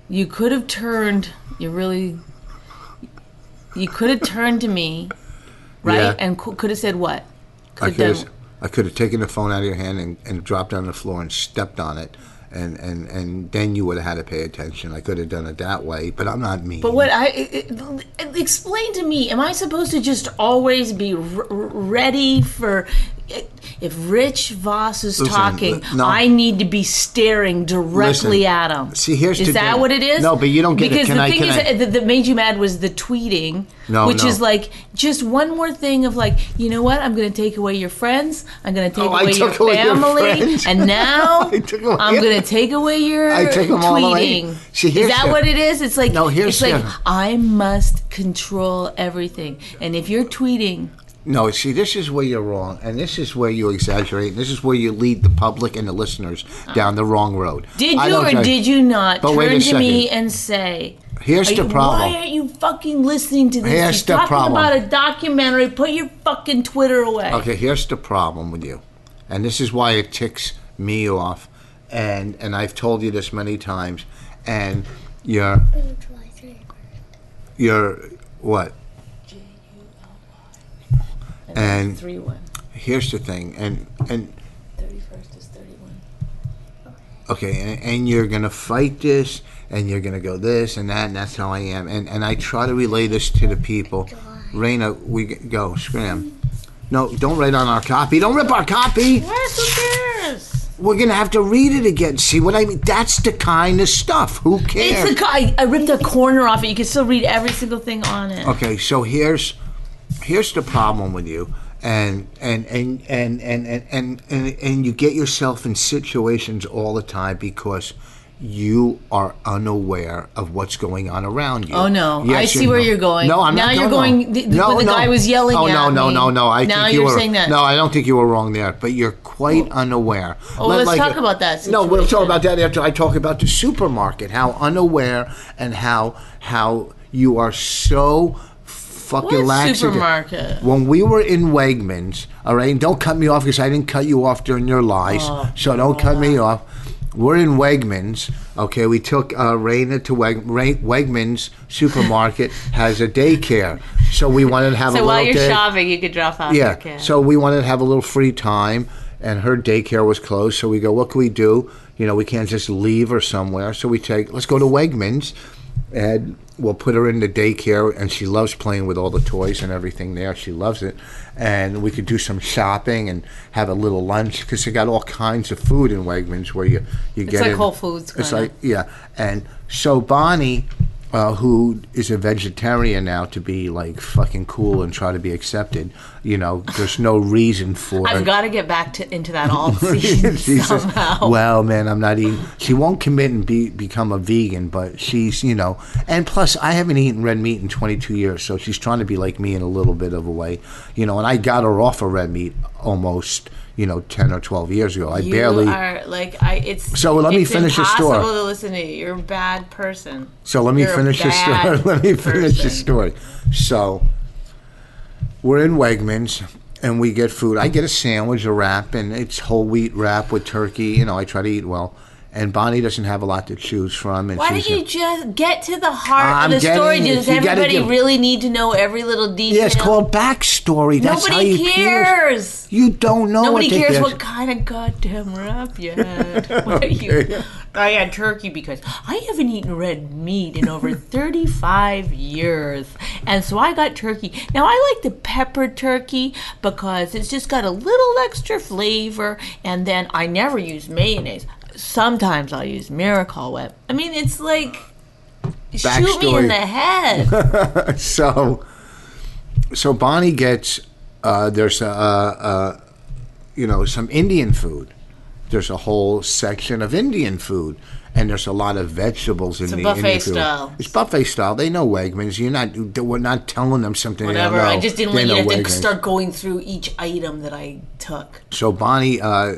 B: you could have turned, you really, you could have turned to me, right?
C: Yeah.
B: And cou- could have said what?
C: I
B: Could
C: could
B: have
C: have,
B: done,
C: I could have taken the phone out of your hand and, and dropped on the floor and stepped on it, and, and, and then you would have had to pay attention. I could have done it that way, but I'm not mean.
B: but what I, it, it- explain to me, am I supposed to just always be r- r- ready for. If Rich Voss is
C: Listen,
B: talking,
C: no.
B: I need to be staring directly
C: Listen,
B: at him.
C: see, here's
B: is
C: the
B: that
C: deal.
B: what it is?
C: No, but you don't get it.
B: because
C: Can
B: the
C: I-
B: thing
C: can
B: is
C: I-
B: that- that, that made you mad was the tweeting,
C: No,
B: which
C: no.
B: is like just one more thing of like, you know what? I'm going to take away your friends. I'm going to take
C: Oh, I
B: away your
C: took away your
B: family,
C: friends.
B: and now
C: I took away-
B: I'm going to take away your
C: I took 'em all away.
B: tweeting.
C: See,
B: is
C: here's
B: that
C: the-
B: what it is? It's like
C: No, here's
B: it's like
C: the-
B: I must control everything, and if you're tweeting,
C: No, see, this is where you're wrong, and this is where you exaggerate, and this is where you lead the public and the listeners down the wrong road.
B: Uh. did
C: I
B: you
C: don't
B: or
C: judge-
B: did you not
C: But
B: turn
C: wait a
B: to
C: second.
B: me and say?
C: Here's
B: Are
C: the
B: you-
C: problem.
B: Why aren't you fucking listening to this?
C: Here's
B: You're
C: the
B: talking
C: problem.
B: about a documentary. Put your fucking Twitter away.
C: Okay, here's the problem with you, and this is why it ticks me off, and and I've told you this many times, and you're you're what? And
B: Three one.
C: here's the thing, and and
B: Thirty first is thirty one.
C: okay, and, and you're gonna fight this, and you're gonna go this and that, and that's how I am, and and I try to relay this to the people. Raina, we g- go scram. No, don't write on our copy. Don't rip our copy.
B: Yes, who cares?
C: We're gonna have to read it again. See what I mean? That's the kind of stuff. Who cares?
B: It's the guy. I ripped a corner off it. You can still read every single thing on it.
C: okay, so here's here's the problem with you, and and and and and and and, and, and you get yourself in situations all the time because. You are unaware of what's going on around you.
B: Oh, no. I
C: Yes,
B: see where
C: not.
B: you're going.
C: No, I'm
B: Now
C: not.
B: you're going- th- th-
C: no,
B: when the
C: no.
B: guy was yelling
C: Oh
B: at
C: no, no,
B: me.
C: no, no! I
B: Now
C: think you
B: you're
C: were
B: saying that.
C: no. I don't think you were wrong there, but you're quite unaware. Let-
B: oh, let's talk about that
C: No, we'll talk
B: situation.
C: about that after I talk about the supermarket. How unaware and how how you are so fucking
B: What
C: lax. again.
B: supermarket?
C: When we were in Wegmans, all right, and don't cut me off because I didn't cut you off during your lies,
B: Oh,
C: so don't cut me off. We're in Wegmans, okay. We took uh, Raina to Weg- Ra- Wegmans supermarket has a daycare, so we wanted to have a
B: So
C: little
B: while you're
C: day-
B: shopping, you could drop off
C: yeah.
B: your kid.
C: So we wanted to have a little free time, and her daycare was closed. So we go, what can we do? You know, we can't just leave her somewhere. So we take, let's go to Wegmans, and we'll put her in the daycare. And she loves playing with all the toys and everything there. She loves it. And we could do some shopping and have a little lunch because they got all kinds of food in Wegmans where you you get
B: like
C: in-
B: Whole Foods
C: It's
B: kinda.
C: like yeah, and so Bonnie, uh, who is a vegetarian now, to be like fucking cool and try to be accepted, you know, there's no reason for
B: I've
C: it.
B: got to get back to into that all season
C: she says,
B: somehow.
C: "Well, man, I'm not eating." She won't commit and be, become a vegan, but she's you know. And plus, I haven't eaten red meat in 22 years, so she's trying to be like me in a little bit of a way, you know. And I got her off of red meat almost, you know, 10 or 12 years ago. I
B: you
C: barely.
B: are like I. It's
C: So let me
B: it's
C: finish the
B: impossible
C: story.
B: to listen to you. You're a bad person.
C: So let me
B: You're a
C: finish the story.
B: bad
C: Let me finish the
B: person.
C: story. So we're in Wegmans, and we get food. I get a sandwich, a wrap, and it's whole wheat wrap with turkey. You know, I try to eat well. And Bonnie doesn't have a lot to choose from. And
B: Why
C: she's
B: don't you just get to the heart
C: I'm
B: of the
C: getting
B: story?
C: it.
B: Does
C: You gotta
B: everybody
C: give-
B: really need to know every little detail?
C: yeah, it's called backstory. That's
B: Nobody
C: how you
B: cares.
C: You don't know
B: Nobody
C: what they
B: cares
C: did.
B: what kind of goddamn wrap you had. What are you? I had turkey because I haven't eaten red meat in over 35 years. And so I got turkey. Now I like the peppered turkey because it's just got a little extra flavor. And then I never use mayonnaise. Sometimes I'll use Miracle Whip. I mean, it's like. Shoot me
C: Backstory.
B: in the head.
C: so so Bonnie gets uh, there's a, uh uh you know some Indian food. There's a whole section of Indian food, and there's a lot of vegetables in
B: a
C: the
B: buffet
C: Indian food.
B: style.
C: It's buffet style. They know Wegmans. You're not. they- We're not telling them something.
B: Whatever.
C: They don't know.
B: I just didn't
C: They
B: want you to
C: know
B: have to
C: Wegmans.
B: start going through each item that I took.
C: So Bonnie, uh,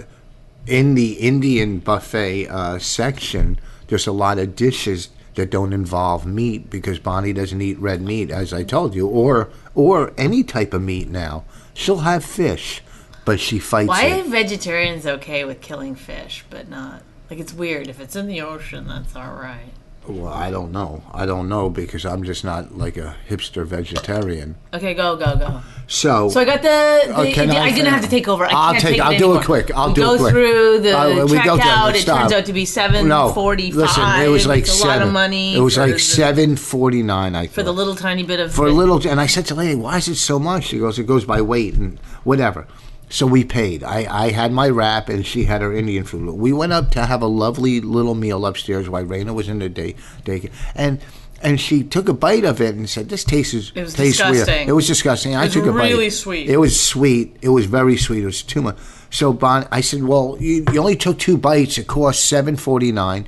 C: in the Indian buffet uh, section, there's a lot of dishes that don't involve meat because Bonnie doesn't eat red meat, as I told you, or or any type of meat now. She'll have fish, but she fights
B: Why are
C: it.
B: vegetarians okay with killing fish, but not? Like, it's weird. If it's in the ocean, that's all right.
C: Well, I don't know. I don't know because I'm just not like a hipster vegetarian.
B: Okay, go, go, go.
C: So,
B: So I got the. the
C: Oh, can
B: I,
C: I
B: didn't have to
C: finish?
B: take over. I
C: I'll
B: can't
C: take-
B: take, it
C: I'll do it
B: anymore.
C: quick. I'll
B: we
C: do it
B: go
C: quick.
B: through the
C: Uh, we go down,
B: checkout. It
C: stop.
B: turns out to be seven
C: no,
B: forty-five.
C: listen, it was like
B: it's a
C: seven.
B: lot of money.
C: It was
B: for
C: like
B: the-
C: seven forty nine. I think
B: for the little tiny bit of
C: for a little. And I said to the lady, "Why is it so much?" She goes, "It goes by weight and whatever." So we paid. I, I had my wrap and she had her Indian food. We went up to have a lovely little meal upstairs while Raina was in the day daycare, and and she took a bite of it and said, "This tastes is
B: It was
C: tastes weird."
B: disgusting.
C: It was disgusting. I
B: was
C: took a bite.
B: really sweet.
C: It was sweet. It was very sweet. It was too much. So Bon, I said, "Well, you, you only took two bites. It cost seven forty nine.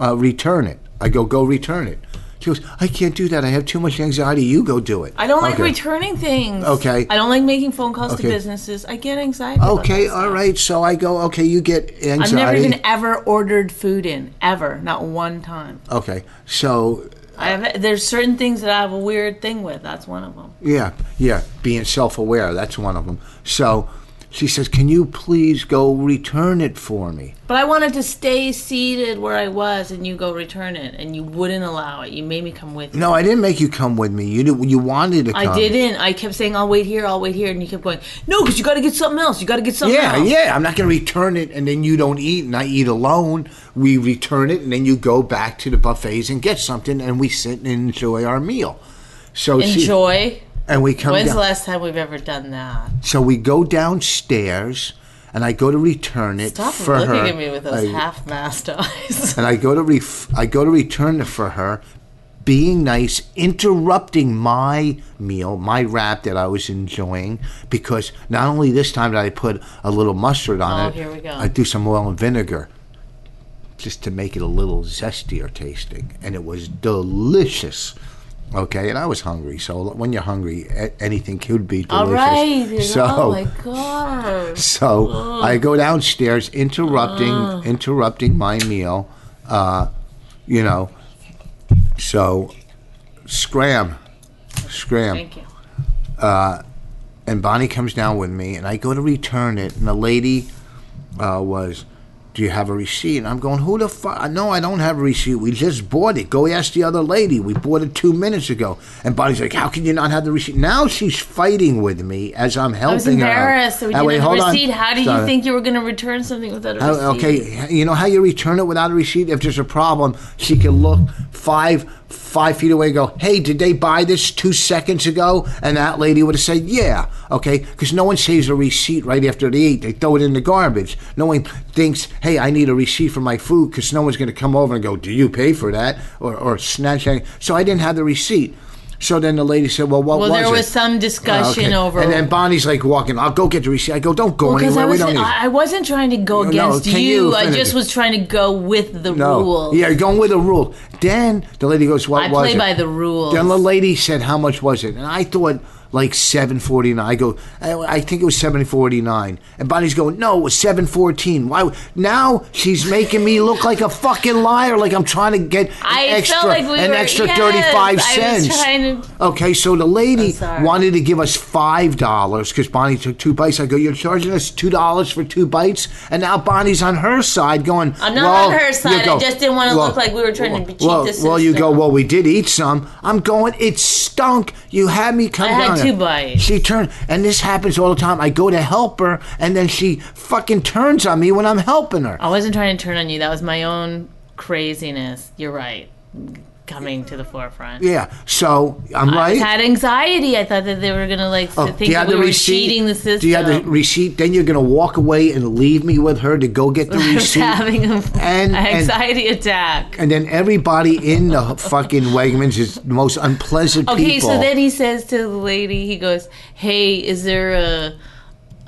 C: Uh, return it." I go, "Go return it." She goes, "I can't do that. I have too much anxiety. You go do it."
B: I don't like
C: Okay.
B: returning things.
C: Okay.
B: I don't like making phone calls
C: Okay.
B: to businesses. I get anxiety. about
C: Okay,
B: that
C: all
B: stuff.
C: right. So I go, "Okay, you get
B: I've
C: anxiety."
B: never even ever ordered food in ever. Not one time.
C: okay, so
B: I have, there's certain things that I have a weird thing with. That's one of them.
C: Yeah, yeah, being self aware, that's one of them. So she says, Can you please go return it for me?
B: But I wanted to stay seated where I was, and you go return it, and you wouldn't allow it. You made me come with you.
C: No, I didn't make you come with me. You did, you wanted to come.
B: I didn't. I kept saying, "I'll wait here. I'll wait here," and you kept going, "No, because you got to get something else. You got to get something
C: Yeah,
B: else."
C: yeah. I'm not going to return it and then you don't eat and I eat alone. We return it and then you go back to the buffets and get something and we sit and enjoy our meal. So she-
B: Enjoy.
C: and we come
B: When's
C: down.
B: the last time we've ever done that?
C: so we go downstairs and I go to return it
B: Stop
C: for
B: looking
C: her.
B: at me with those
C: I-
B: half-mast eyes.
C: and I go to ref- I go to return it for her, being nice, interrupting my meal, my wrap that I was enjoying, because not only this time did I put a little mustard on
B: Oh,
C: it,
B: here we go.
C: I do some oil and vinegar, just to make it a little zestier tasting, and it was delicious. Okay, and I was hungry, so when you're hungry, a- anything could be delicious.
B: All
C: so
B: right. oh my god.
C: so
B: Oh.
C: I go downstairs, interrupting interrupting my meal. Uh, you know, so scram, scram.
B: Thank you.
C: And Bonnie comes down with me, and I go to return it, and the lady uh, was. Do you have a receipt? And I'm going, who the fuck? No, I don't have a receipt. We just bought it. Go ask the other lady. We bought it two minutes ago. And Bonnie's like, how can you not have the receipt? Now she's fighting with me as I'm helping
B: I was
C: her. out.
B: embarrassed that we
C: Ah,
B: didn't
C: wait,
B: have
C: hold
B: a
C: on.
B: receipt. How did
C: Sorry.
B: you think you were going to return something without a receipt?
C: Uh, okay, you know how you return it without a receipt? If there's a problem, she can look five five feet away and go, "Hey, did they buy this two seconds ago?" And that lady would have said, "Yeah." Okay, because no one saves a receipt right after they eat; they throw it in the garbage. No one thinks, "Hey, I need a receipt for my food," because no one's going to come over and go, "Do you pay for that?" or or snatch anything. So I didn't have the receipt. So then the lady said, "Well, what
B: Well,
C: was
B: there was
C: it?"
B: some
C: Oh, okay.
B: discussion over.
C: And then Bonnie's like walking. I'll go get the receipt. I go, "Don't go
B: because
C: anywhere.
B: I, was,
C: we don't need." it."
B: I I wasn't trying to go
C: No,
B: against
C: can
B: you.
C: you
B: I
C: finish?
B: just was trying to go with the
C: No.
B: rules.
C: Yeah, you're going with a rule. Then the lady goes, "What
B: I
C: was
B: play
C: it?"
B: by the rules.
C: Then the lady said, "How much was it?" And I thought, like 7:49. I go, I, I think it was 7:49, and Bonnie's going, no, it was 7:14. Why? would-" Now she's making me look like a fucking liar, like I'm trying to get an
E: I felt
C: extra,
E: like we
C: an
E: were-
C: extra
E: yes,
C: 35
E: I was
C: cents.
E: trying to-
C: Okay, so the lady
E: sorry.
C: wanted to give us five dollars because Bonnie took two bites. I go, you're charging us two dollars for two bites, and now Bonnie's on her side going.
B: I'm not
C: well,
B: on her side.
C: you
B: I just didn't wanna look like we were trying to be- cheat
C: well,
B: the
C: Well, you go.
B: system.
C: Well, we did eat some. I'm going. It stunk. You had me come
B: I had
C: down
B: two
C: here.
B: bites.
C: She turned, and this happens all the time. I go to help her, and then she fucking turns on me when I'm helping her.
B: I wasn't trying to turn on you. That was my own craziness. You're right. Coming to the forefront.
C: Yeah. So I'm
B: I
C: right.
B: had anxiety. I thought that they were gonna like
C: Oh, do
B: think
C: you
B: that
C: have
B: we
C: the
B: were
C: receipt?
B: cheating the system.
C: Do you have the receipt? Then you're gonna walk away and leave me with her to go get the
B: I was
C: receipt.
B: having a,
C: And-
B: an
C: and-
B: anxiety attack.
C: and then everybody in the fucking Wegmans is the most unpleasant
B: Okay,
C: people.
B: so then he says to the lady, he goes, "Hey, is there a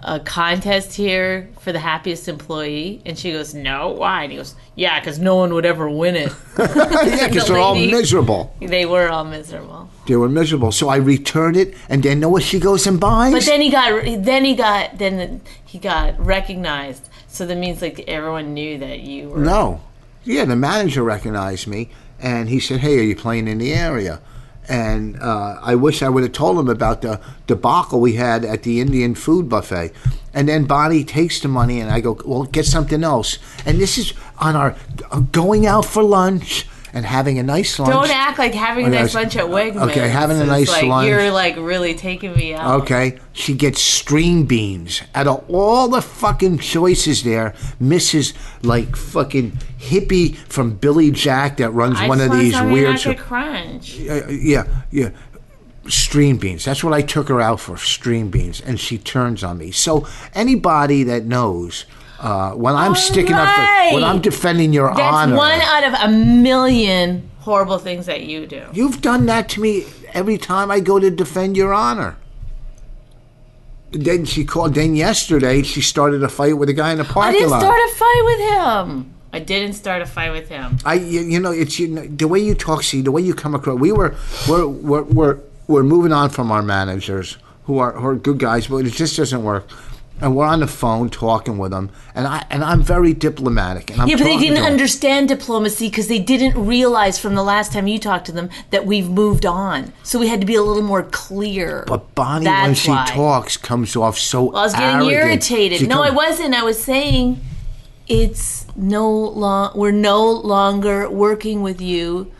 B: a contest here for the happiest employee?" And she goes, "No, why?" And he goes, "Yeah, because no one would ever win it.
C: yeah, because
B: the
C: they're all
B: lady-
C: miserable.
B: they were all miserable."
C: They were miserable. So I return it, and then know what she goes and buys?
B: But then he got, then he got, then he got recognized. So that means like everyone knew that you were.
C: No. Yeah, the manager recognized me and he said, Hey, are you playing in the area? And uh, I wish I would have told him about the debacle we had at the Indian food buffet. And then Bonnie takes the money and I go, Well, get something else. And this is on our uh, going out for lunch and having a nice lunch.
B: Don't act like having a
C: Okay,
B: nice
C: I-
B: lunch at Wegmans.
C: okay, having a
B: is,
C: nice
B: like,
C: lunch.
B: You're like really taking me out.
C: Okay, she gets string beans. Out of all the fucking choices there, Mrs. like fucking hippie from Billy Jack that runs
B: I
C: one
B: just
C: of
B: want
C: these
B: something
C: weird.
B: like a crunch.
C: uh, yeah, yeah. Stream beans. That's what I took her out for. Stream beans, and she turns on me. So anybody that knows uh, when I'm
B: All
C: sticking up, for, when
B: right.
C: I'm defending your
B: That's
C: honor,
B: one out of a million horrible things that you do.
C: you've done that to me every time I go to defend your honor. Then she called. Then yesterday she started a fight with a guy in the
B: I
C: parking
B: didn't
C: lot.
B: start a fight with him. I didn't start a fight with him.
C: I, you, you know, it's you know, the way you talk, see, the way you come across. We were, we're, we're, we're, we're moving on from our managers who are, who are good guys, but it just doesn't work. And we're on the phone talking with them, and I and I'm very diplomatic. And I'm
B: Yeah, but they
C: talking
B: didn't
C: to 'em.
B: understand diplomacy because they didn't realize from the last time you talked to them that we've moved on. So we had to be a little more clear.
C: But Bonnie, when
B: That's
C: she
B: why.
C: talks, comes off so.
B: I was getting irritated. no,
C: I
B: I wasn't. I was saying it's no long we're no longer working with you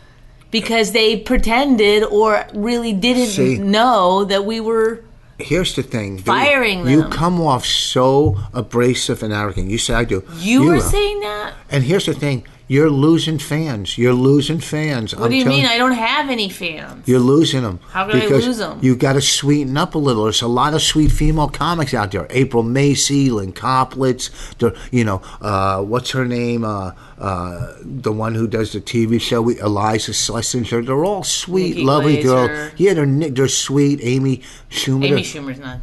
B: because they pretended or really didn't
C: See.
B: know that we were
C: Here's the thing: dude,
B: Firing
C: You
B: them.
C: come off so abrasive and arrogant. You say I do.
B: you, were
C: know.
B: saying that?
C: And here's the thing: you're losing fans. You're losing fans.
B: What do you mean? I don't have any fans.
C: You're losing them.
B: How can I
C: because
B: lose 'em?
C: You got to sweeten up a little. There's a lot of sweet female comics out there. April Macy, Lynn Coplitz, the, you know, uh, what's her name? Uh, uh, the one who does the TV show, with Eliza Schlesinger. They're all sweet,
B: Nikki
C: lovely girls.
B: Glaser.
C: Yeah, they're ni- they're sweet. Amy Schumer.
B: Amy
C: they're-
B: Schumer's not.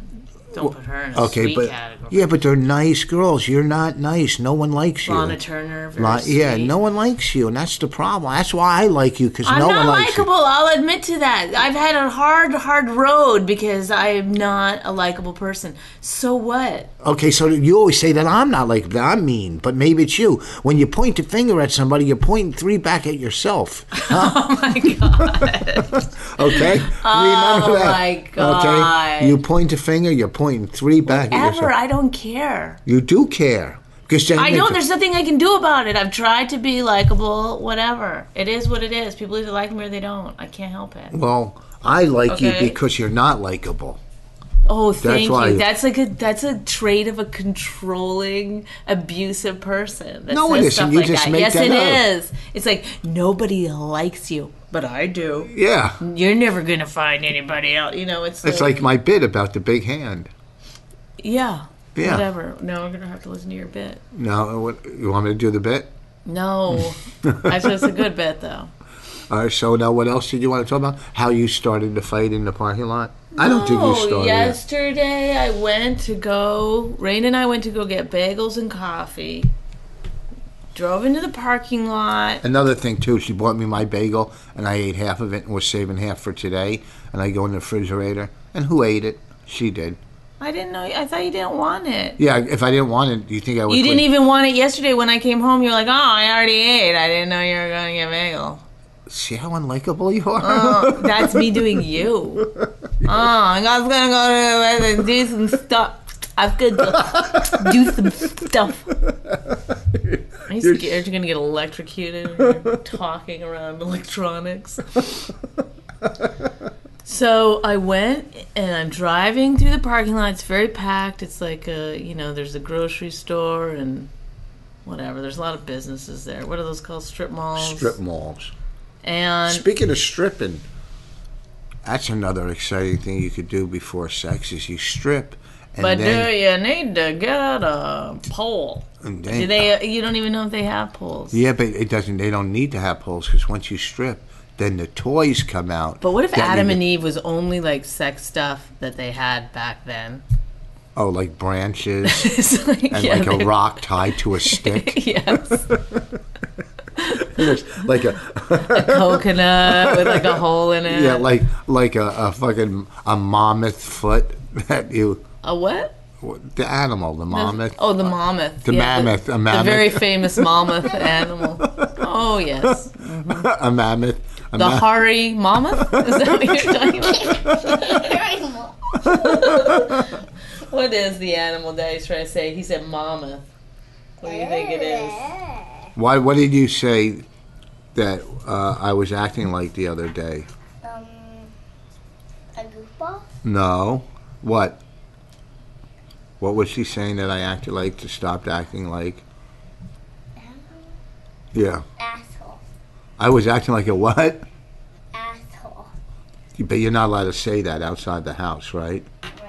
B: Don't put her in a
C: Okay,
B: sweet
C: but
B: category.
C: yeah, but they're nice girls. You're not nice. No one likes you.
B: Lana Turner. Very
C: Lo- yeah,
B: sweet.
C: no one likes you, and that's the problem. That's why I like you because
B: I'm
C: no
B: not
C: one likes you.
B: likable. I'll admit to that. I've had a hard, hard road because I'm not a likable person. So what?
C: Okay, so you always say that I'm not like that. I'm mean, but maybe it's you. When you point a finger at somebody, you're pointing three back at yourself.
B: Oh my god. Oh
C: Okay, remember that.
B: my God.
C: Okay, you point a finger, you're pointing three back at
B: Ever.
C: yourself.
B: I don't care.
C: you do care because then
B: I
C: you-
B: don't. There's nothing I can do about it. I've tried to be likable. Whatever. It is what it is. People either like me or they don't. I can't help it.
C: Well, I like
B: Okay.
C: you because you're not likable.
B: Oh, thank
C: why-
B: you. That's like a that's a trait of a controlling, abusive person. That
C: No,
B: says
C: it isn't.
B: stuff
C: You
B: like
C: just
B: that.
C: make
B: yes,
C: that
B: it
C: up.
B: is. It's like nobody likes you, but I do.
C: Yeah,
B: you're never gonna find anybody else. You know, it's
C: it's like my bit about the big hand.
B: yeah,
C: Yeah.
B: whatever. No, I'm gonna have to listen to your bit.
C: Now, what, you want me to do the bit?
B: No, I said it's a good bit though.
C: All right. So now, what else did you want to talk about? How you started the fight in the parking lot? I don't think you
B: Oh,
C: started. it.
B: yesterday I went to go. Rain and I went to go get bagels and coffee. Drove into the parking lot.
C: Another thing too, she bought me my bagel and I ate half of it and was saving half for today. And I go in the refrigerator And who ate it? She did.
B: I didn't know. I thought you didn't want it.
C: Yeah, if I didn't want it, do you think I would?
B: You didn't
C: clean-
B: even want it yesterday when I came home. You're like, oh, I already ate. I didn't know you were going to get bagel.
C: See how unlikable you are?
B: Oh, That's me doing you. Oh, I was gonna go to the and do some stuff. I was gonna do some stuff. Are you scared you're gonna get electrocuted when you're talking around electronics? So I went and I'm driving through the parking lot. It's very packed. It's like a, you know, there's a grocery store and whatever. There's a lot of businesses there. What are those called? Strip malls.
C: Strip malls.
B: And
C: Speaking of stripping, that's another exciting thing you could do before sex is you strip. And
B: But
C: then,
B: do you need to get a pole?
C: and then-
B: Do they? You don't even know if they have poles.
C: Yeah, but it doesn't. They don't need to have poles because once you strip, then the toys come out.
B: But what if
C: that
B: Adam
C: you-
B: and Eve was only like sex stuff that they had back then?
C: Oh, like branches
B: It's like,
C: and
B: yeah,
C: like a
B: they-
C: rock tied to a stick,
B: Yes,
C: like a
B: coconut with like a hole in it.
C: yeah, like like a, a fucking a mammoth foot that you
B: a what?
C: the animal, the mammoth.
B: Oh, the mammoth.
C: The mammoth, a mammoth.
B: the very famous mammoth animal. Oh yes,
C: a mammoth. A
B: the
C: ma-
B: Hari mammoth. Is that what you're talking about? What is the animal that he's trying to say? He said mammoth. What do you think it is?
C: Why? What did you say that uh, I was acting like the other day?
F: Um, a goofball?
C: No. What? What was she saying that I acted like to stop acting like? Yeah.
F: Uh-huh. Asshole.
C: I was acting like a what?
F: Asshole.
C: But you're not allowed to say that outside the house, right?
F: Right.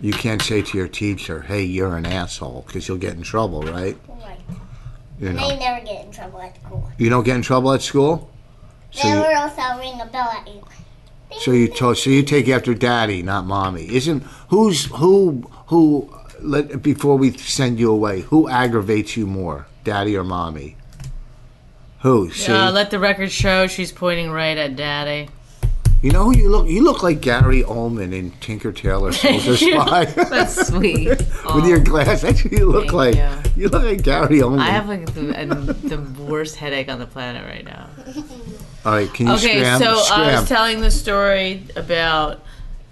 C: You can't say to your teacher, hey, you're an asshole, because you'll get in trouble, right?
F: Right.
C: You
F: And
C: know.
F: they never get in trouble at school.
C: You don't get in trouble at school? So
F: they
C: you,
F: will also ring a bell at you.
C: so you told so you take after daddy, not mommy. Isn't who's who who let before we send you away, who aggravates you more? Daddy or mommy? Who? See?
B: Uh, let the record show she's pointing right at Daddy.
C: You know who you look? You look like Gary Oldman in Tinker Tailor Soldier Spy.
B: That's sweet.
C: With your glass, that's what you look
B: Thank
C: like. You. look like Gary Oldman.
B: I have like the, and the worst headache on the planet right now.
C: All right, can you
B: Okay,
C: scram?
B: so uh, I
C: scram.
B: was telling the story about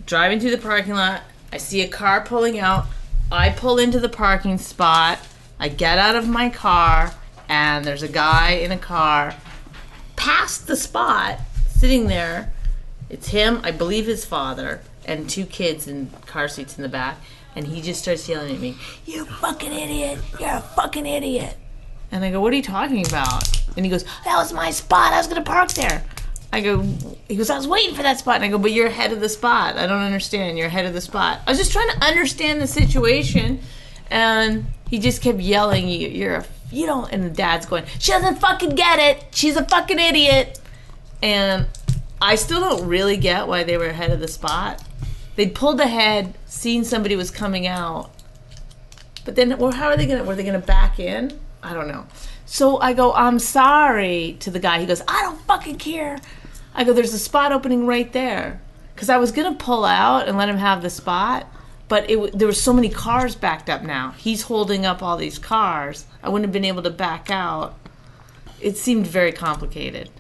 B: driving through the parking lot. I see a car pulling out. I pull into the parking spot. I get out of my car, and there's a guy in a car past the spot sitting there. It's him, I believe his father, and two kids in car seats in the back. And he just starts yelling at me, You fucking idiot! You're a fucking idiot! And I go, What are you talking about? And he goes, That was my spot. I was going to park there. I go, He goes, I was waiting for that spot. And I go, But you're ahead of the spot. I don't understand. You're ahead of the spot. I was just trying to understand the situation. And he just kept yelling, "You- You're a, you don't. And the dad's going, She doesn't fucking get it. She's a fucking idiot. And I still don't really get why they were ahead of the spot. They'd pulled ahead, seen somebody was coming out, but then, well, how are they gonna? Were they gonna back in? I don't know. So I go, I'm sorry to the guy. He goes, I don't fucking care. I go, there's a spot opening right there, because I was gonna pull out and let him have the spot, but it w- there were so many cars backed up. Now he's holding up all these cars. I wouldn't have been able to back out. It seemed very complicated.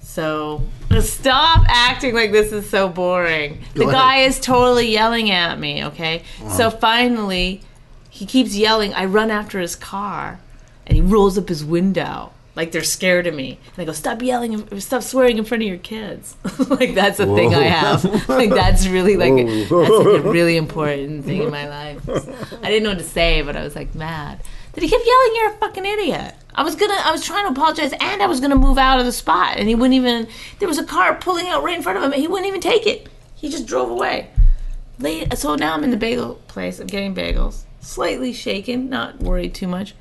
B: So stop acting like this is so boring. The
C: Go ahead. Uh-huh.
B: guy is totally yelling at me. Okay, so finally he keeps yelling. I run after his car, and he rolls up his window like they're scared of me. And I go, "Stop yelling! in- Stop swearing in front of your kids!" like that's a thing I have. like that's really like a, that's like a really important thing in my life. I didn't know what to say, but I was like mad that he kept yelling, "You're a fucking idiot!" I was gonna, I was trying to apologize, and I was gonna move out of the spot, and he wouldn't even. There was a car pulling out right in front of him, and he wouldn't even take it. He just drove away. Late, so now I'm in the bagel place. I'm getting bagels. Slightly shaken, not worried too much.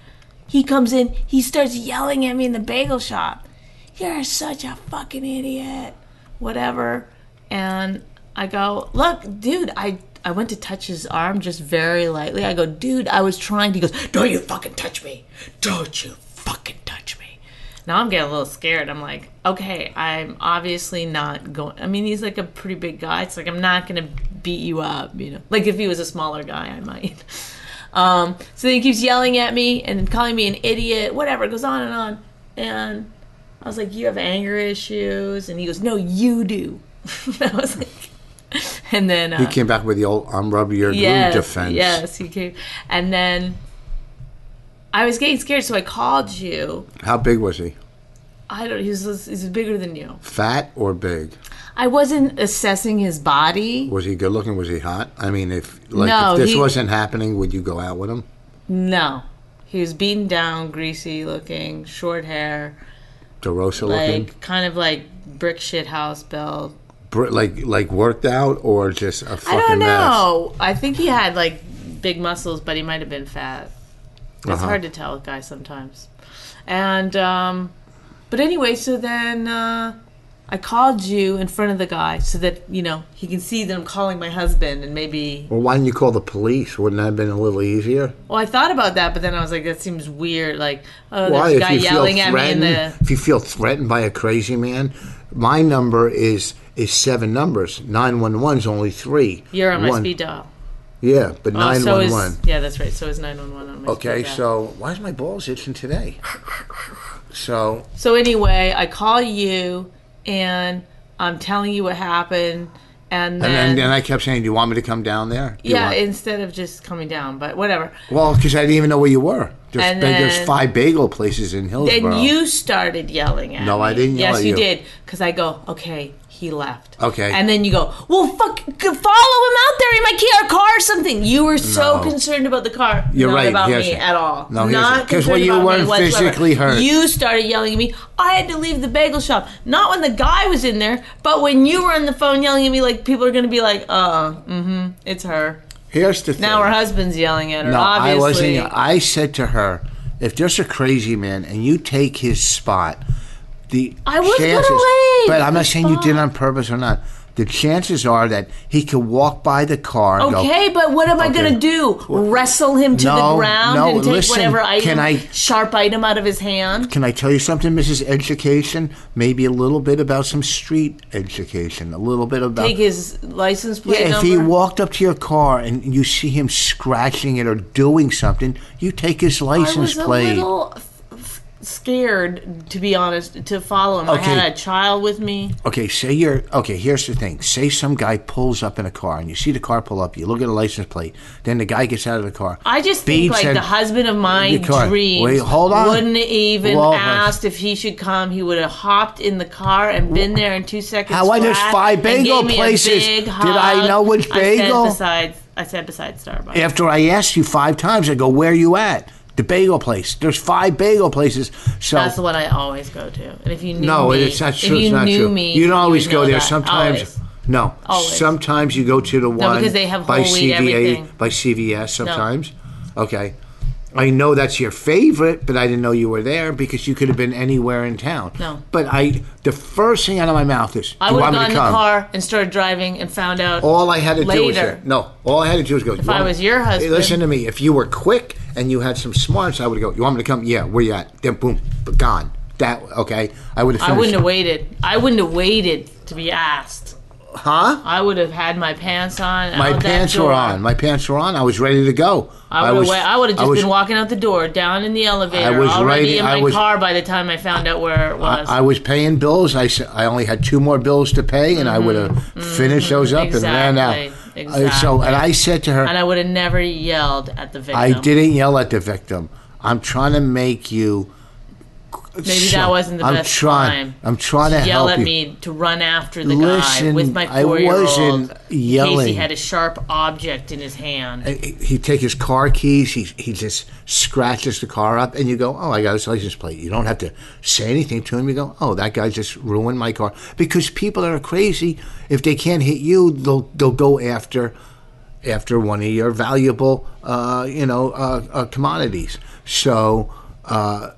B: He comes in, he starts yelling at me in the bagel shop. You're such a fucking idiot. Whatever. And I go, look, dude, I, I went to touch his arm just very lightly. I go, dude, I was trying. He goes, don't you fucking touch me. Don't you fucking touch me. Now I'm getting a little scared. I'm like, okay, I'm obviously not going. I mean, he's like a pretty big guy. It's like, I'm not going to beat you up, you know. Like if he was a smaller guy, I might. Um, so then he keeps yelling at me and calling me an idiot, whatever, it goes on and on. And I was like, You have anger issues. And he goes, No, you do. I was like, And then. Uh,
C: He came back with the old I'm rubbing your glue defense.
B: Yes, he came. And then I was getting scared, so I called you.
C: How big was he?
B: I don't. He was, he was bigger than you.
C: Fat or big?
B: I wasn't assessing his body.
C: Was he good looking? Was he hot? I mean, if like
B: No,
C: if this
B: he-
C: wasn't happening, would you go out with him?
B: No, he was beaten down, greasy looking, short hair,
C: DeRosa looking,
B: like kind of like brick shit house build.
C: Br- like like worked out or just a fucking
B: I don't
C: mess.
B: know. I think he had like big muscles, but he might have been fat. It's
C: Uh-huh.
B: hard to tell with guys sometimes. And um but anyway, so then uh I called you in front of the guy so that, you know, he can see that I'm calling my husband and maybe
C: Well, why didn't you call the police? Wouldn't that have been a little easier?
B: Well, I thought about that, but then I was like that seems weird like oh
C: Why,
B: there's a
C: if
B: guy
C: you feel
B: yelling at me in
C: threatened,
B: the
C: if you feel threatened by a crazy man, my number is is seven numbers. Nine one one's only three.
B: You're on my
C: One-
B: speed dial.
C: Yeah, but
B: Oh,
C: nine
B: so
C: one
B: is-
C: one.
B: Yeah, that's right. So is 911 on my
C: Okay,
B: speed dial.
C: so why is my balls itching today? So
B: So anyway, I call you and I'm telling you what happened, and
C: and
B: then,
C: then, and I kept saying, "Do you want me to come down there?" Do you
B: yeah,
C: want-
B: instead of just coming down, but whatever.
C: Well, because I didn't even know where you were. There's,
B: And
C: ba- there's
B: then-
C: five bagel places in
B: Then
C: Hillsborough.
B: you started yelling at me.
C: No, I didn't yell
B: Yes,
C: at
B: you
C: you.
B: did, because I go, okay, he left.
C: Okay.
B: and then you go, well, fuck, g- follow him out there. He might kill our car or something. You were so
C: No.
B: concerned about the car,
C: You're
B: not
C: right,
B: about
C: yes.
B: me at all.
C: No, yes.
B: not
C: 'Cause
B: because
C: when you weren't
B: me whatsoever.
C: physically hurt.
B: you started yelling at me. I had to leave the bagel shop, not when the guy was in there, but when you were on the phone yelling at me, like people are gonna be like, uh, mm-hmm, it's her.
C: Here's the thing.
B: Now her husband's yelling at her.
C: No, I
B: obviously,
C: wasn't. I said to her, if there's a crazy man and you take his spot, the
B: I was gonna
C: chances.
B: leave
C: But I'm not
B: the
C: saying you did
B: spot.
C: on purpose or not. The chances are that he could walk by the car. And
B: Okay, but what am I
C: Okay.
B: going to do? Wrestle him to
C: No,
B: the ground
C: no,
B: and take
C: listen,
B: whatever
C: can
B: item,
C: I-
B: sharp item out of his hand?
C: Go, Can I tell you something, Mrs. Education? Maybe a little bit about some street education. A little bit about
B: Take his license plate
C: Uh, Yeah, if
B: number.
C: he walked up to your car and you see him scratching it or doing something, you take his
B: I
C: license
B: was a
C: plate.
B: little f- f- scared, to be honest, to follow him. I
C: Okay.
B: had a child with me.
C: Okay, say you're okay. Here's the thing: say some guy pulls up in a car, and you see the car pull up. You look at the license plate. Then the guy gets out of the car.
B: I just
C: Beats
B: think like
C: and-
B: the husband of my
C: Your car.
B: dreams
C: Wait, hold on. uh,
B: wouldn't even
C: Whoa.
B: asked if he should come. He would have hopped in the car and been there in two seconds.
C: How- why there's
B: flat
C: five
B: and
C: bagel
B: gave me a
C: places?
B: big
C: Did I
B: hug.
C: know which bagel?
B: I said besides, I said besides Starbucks.
C: After I asked you five times, I go, "Where are you at?" The bagel place. There's five bagel places. So
B: That's the one I always go to. And if you knew
C: no,
B: me,
C: it's not
B: if
C: true.
B: you
C: it's not
B: knew
C: true.
B: me,
C: you don't always
B: would
C: go
B: know
C: there.
B: that.
C: Sometimes.
B: Always.
C: No,
B: Always.
C: sometimes you go to the one
B: because they have
C: by
B: whole wheat,
C: CVA
B: everything.
C: by CVS. Sometimes, okay. I know that's your favorite, but I didn't know you were there because you could have been anywhere in town.
B: No.
C: but I the first thing out of my mouth is,
B: I
C: "Do you
B: would have
C: want me to
B: gone in the
C: come?"
B: car and started driving and found out.
C: All I had to do was
B: Later.
C: no. All I had to do was go. If
B: I was your husband-
C: listen to me. If you were quick and you had some smarts, I would go. You want me to come? Yeah. Where you at? Then boom, gone. That okay? I would have.
B: I
C: Finished.
B: wouldn't have waited. I wouldn't have waited to be asked.
C: Huh?
B: I would have had my pants on. and
C: My
B: out that
C: pants
B: door.
C: were on. My pants were on. I was ready to go.
B: Oh, I would
C: was-
B: have. I would have
C: I
B: just
C: was-
B: been walking out the door, down in the elevator,
C: I was
B: already
C: ready-
B: in
C: I
B: my
C: was-
B: car by the time I found out where it was.
C: I, I was paying bills. I, s- I only had two more bills to pay, and I would have finished those up and ran out.
B: Mm-hmm. Exactly,
C: I- so, and I said to her,
B: and I would have never yelled at the victim.
C: I didn't yell at the victim. I'm trying to make you.
B: Maybe that wasn't the
C: I'm
B: best
C: trying,
B: time
C: I'm trying to
B: Yell
C: help
B: at
C: you.
B: me to run after the guy
C: Listen,
B: with my
C: I
B: four-year-old.
C: wasn't
B: In case he
C: yelling.
B: had a sharp object in his hand.
C: he'd take his car keys. He he just scratches the car up, and you go, "Oh, I got his license plate." You don't have to say anything to him. You go, "Oh, that guy just ruined my car." Because people that are crazy, if they can't hit you, they'll they'll go after after one of your valuable, uh, you know, uh, uh, commodities. So. Uh,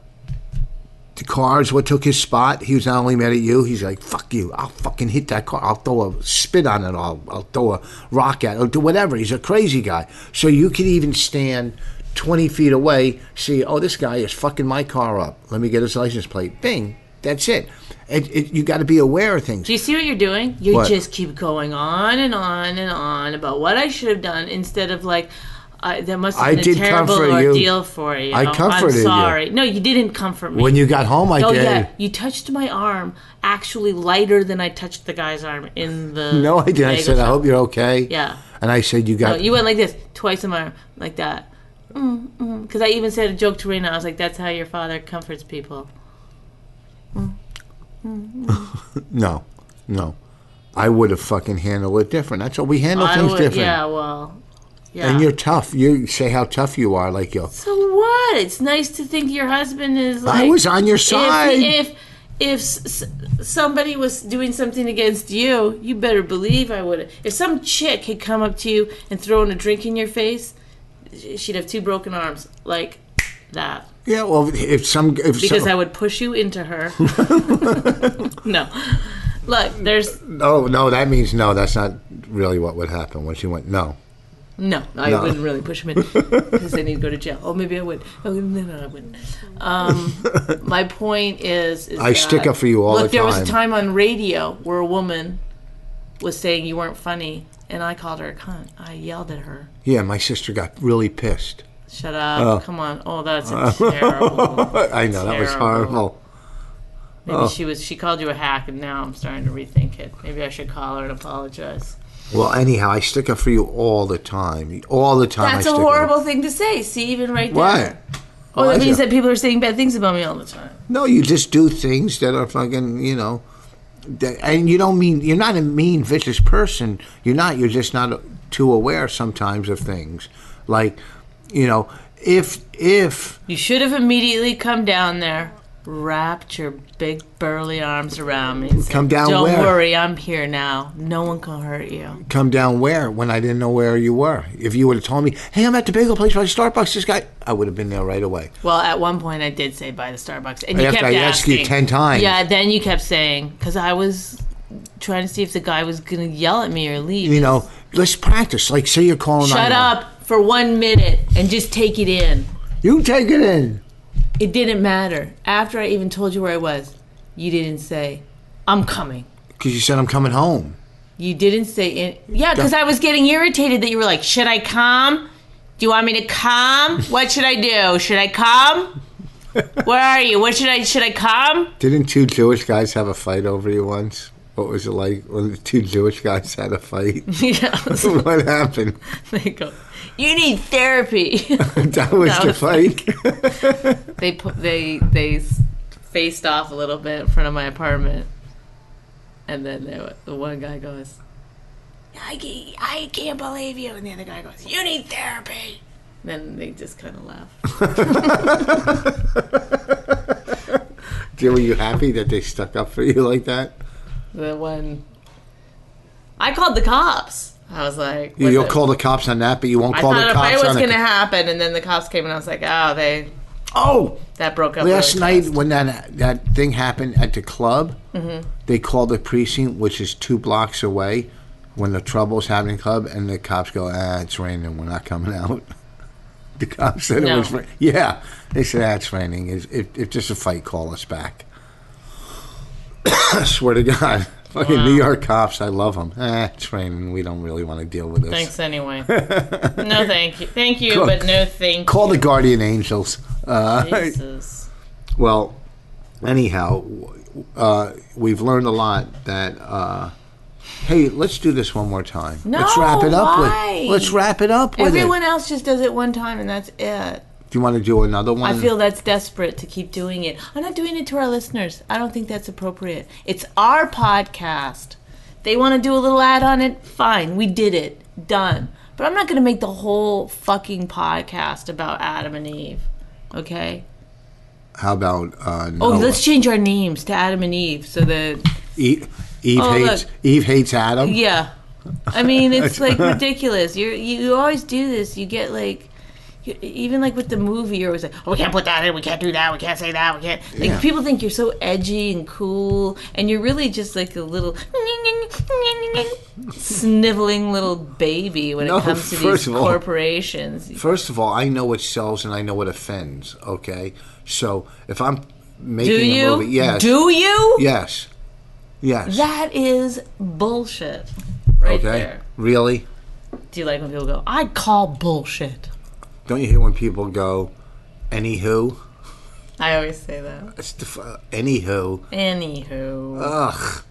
C: the car's what took his spot. He was not only mad at you, he's like, fuck you. I'll fucking hit that car. I'll throw a spit on it. I'll, I'll throw a rock at it. I'll do whatever. He's a crazy guy. So you could even stand 20 feet away, see, oh, this guy is fucking my car up. Let me get his license plate. Bing. That's it. It, it you got to be aware of things.
B: Do you see what you're doing? You
C: What?
B: just keep going on and on and on about what I should have done instead of like, I that must
C: I
B: have been
C: did
B: a terrible
C: comfort you.
B: ordeal for you.
C: I comforted you.
B: I'm sorry. No, you didn't comfort me.
C: When you got home, I
B: oh
C: did.
B: yeah, you touched my arm actually lighter than I touched the guy's arm in the.
C: No, I did. I
B: bagel
C: said, I
B: shop.
C: hope you're okay.
B: Yeah.
C: And I said, you got.
B: No, Oh, you went like this twice a month, like that. Because I even said a joke to Rena. I was like, "That's how your father comforts people."
C: no, no. I would have fucking handled it different. That's what we handle
B: I
C: things
B: would-
C: different.
B: Yeah, well, yeah.
C: And you're tough. You say how tough you are. Like yo,
B: So what? It's nice to think your husband is like.
C: I was on your
B: if
C: side.
B: if, if s- s- somebody was doing something against you, you better believe I would. If some chick had come up to you and thrown a drink in your face, sh- she'd have two broken arms like that
C: yeah. Well, if some if
B: because
C: some,
B: I would push you into her. no. Look, there's
C: no, oh, no, that means no. That's not really what would happen when she went. No,
B: no. I
C: No.
B: wouldn't really push him in because then he'd go to jail. Oh, maybe I would. Oh, no, no, I wouldn't. Um, my point is, is
C: I stick
B: that-
C: up for you all
B: Look,
C: the
B: there was a
C: time.
B: time on radio where a woman was saying you weren't funny, and I called her a cunt. I yelled at her.
C: Yeah, my sister got really pissed.
B: Shut up! Come on! Oh, that's a terrible.
C: I know that was
B: Terrible.
C: horrible.
B: Maybe
C: Oh.
B: she was. She called you a hack, and now I'm starting to rethink it. Maybe I should call her and apologize.
C: Well, anyhow, I stick up for you all the time. All the time.
B: That's
C: I
B: a
C: stick Up.
B: horrible thing to say. See, even right there.
C: Why?
B: Oh,
C: Why
B: that
C: is
B: means
C: it?
B: that people are saying bad things about me all the time.
C: No, you just do things that are fucking, you know, that, and you don't mean you're not a mean, vicious person. You're not. You're just not too aware sometimes of things, like, you know, if if
B: You should have immediately come down there, wrapped your big burly arms around me. and said,
C: Come down
B: Don't
C: where?
B: worry, I'm here now. No one can hurt you.
C: come down where when I didn't know where you were. If you would have told me, hey, I'm at the bagel place by Starbucks, this guy, I would have been there right away.
B: Well, at one point I did say buy the Starbucks, and you
C: After
B: kept
C: I asked
B: asking
C: you 10 times.
B: Yeah, then you kept saying because I was trying to see if the guy was gonna yell at me or leave.
C: You know, let's practice. Like, say you're calling.
B: Shut
C: 911.
B: up for one minute and just take it in.
C: You take it in.
B: It didn't matter. After I even told you where I was, you didn't say, I'm coming.
C: Because you said I'm coming home.
B: You didn't say it. Yeah, because I was getting irritated that you were like, Should I come? Do you want me to come? What should I do? Should I come? Where are you? What should I should I come?
C: Didn't two Jewish guys have a fight over you once? What was it like when the two Jewish guys had a fight?
B: Yeah.
C: what happened?
B: they go, You need therapy.
C: That was
B: That
C: the
B: was
C: fight.
B: they put they they s- faced off a little bit in front of my apartment, and then they, went- the one guy goes, "I can't, I can't believe you," and the other guy goes, "You need therapy." Then they just kind of laugh.
C: Jill, were you happy that they stuck up for you like that?
B: The one I called the cops. I was like,
C: You,
B: was
C: you'll
B: it-
C: call the cops on that, but you won't
B: I
C: call
B: thought
C: the
B: a fight
C: cops
B: was
C: on the.
B: going to happen, and then the cops came, and I was like, "Oh, they
C: oh,
B: that broke up."
C: last
B: really
C: night
B: fast."
C: when Mm-hmm. that that thing happened at the club, they called the precinct, which is two blocks away, when the trouble's happening in the club, and the cops go, "Ah, it's raining. We're not coming out." The cops said it
B: No.
C: was. Ra- yeah, they said ah, it's raining. If, if, if there's a fight, call us back. I swear to God, fucking New York cops, I love them. Ah, it's raining. We don't really want to deal with this.
B: Thanks anyway. no, thank you. Thank you,
C: Cool.
B: but no, thank
C: Call the
B: you.
C: guardian angels. Uh,
B: Jesus.
C: Well, anyhow, w- uh, we've learned a lot that. Uh, hey, let's do this one more time. let's wrap it
B: No,
C: up
B: why?
C: with. Let's wrap it up with
B: Everyone
C: it.
B: else just does it one time and that's it.
C: Do you want to do another one?
B: I feel that's desperate to keep doing it. I'm not doing it to our listeners. I don't think that's appropriate. It's our podcast. They want to do a little ad on it. Fine. We did it. Done. But I'm not going to make the whole fucking podcast about Adam and Eve. Okay?
C: How about uh,
B: Oh,
C: Noah?
B: let's change our names to Adam and Eve so that
C: Eve, E-, Eve
B: Oh,
C: hates
B: look.
C: Eve hates Adam.
B: Yeah. I mean, it's like ridiculous. You you always do this. You get like you, even like with the movie, you're always like, "Oh, we can't put that in. We can't do that. We can't say that. We can't." Like
C: Yeah.
B: people think you're so edgy and cool, and you're really just like a little sniveling little baby when
C: No,
B: it comes to
C: first
B: these
C: of all-
B: corporations.
C: First of all, I know what sells and I know what offends. Okay, so if I'm making
B: Do
C: a
B: you?
C: movie. Yes.
B: Do you?
C: yes. Yes.
B: That is bullshit. Right
C: okay.
B: there.
C: Really?
B: Do you like when people go, I call bullshit?
C: Don't you hear when people go, anywho?
B: I always say that.
C: It's def- uh, anywho.
B: Anywho.
C: Ugh.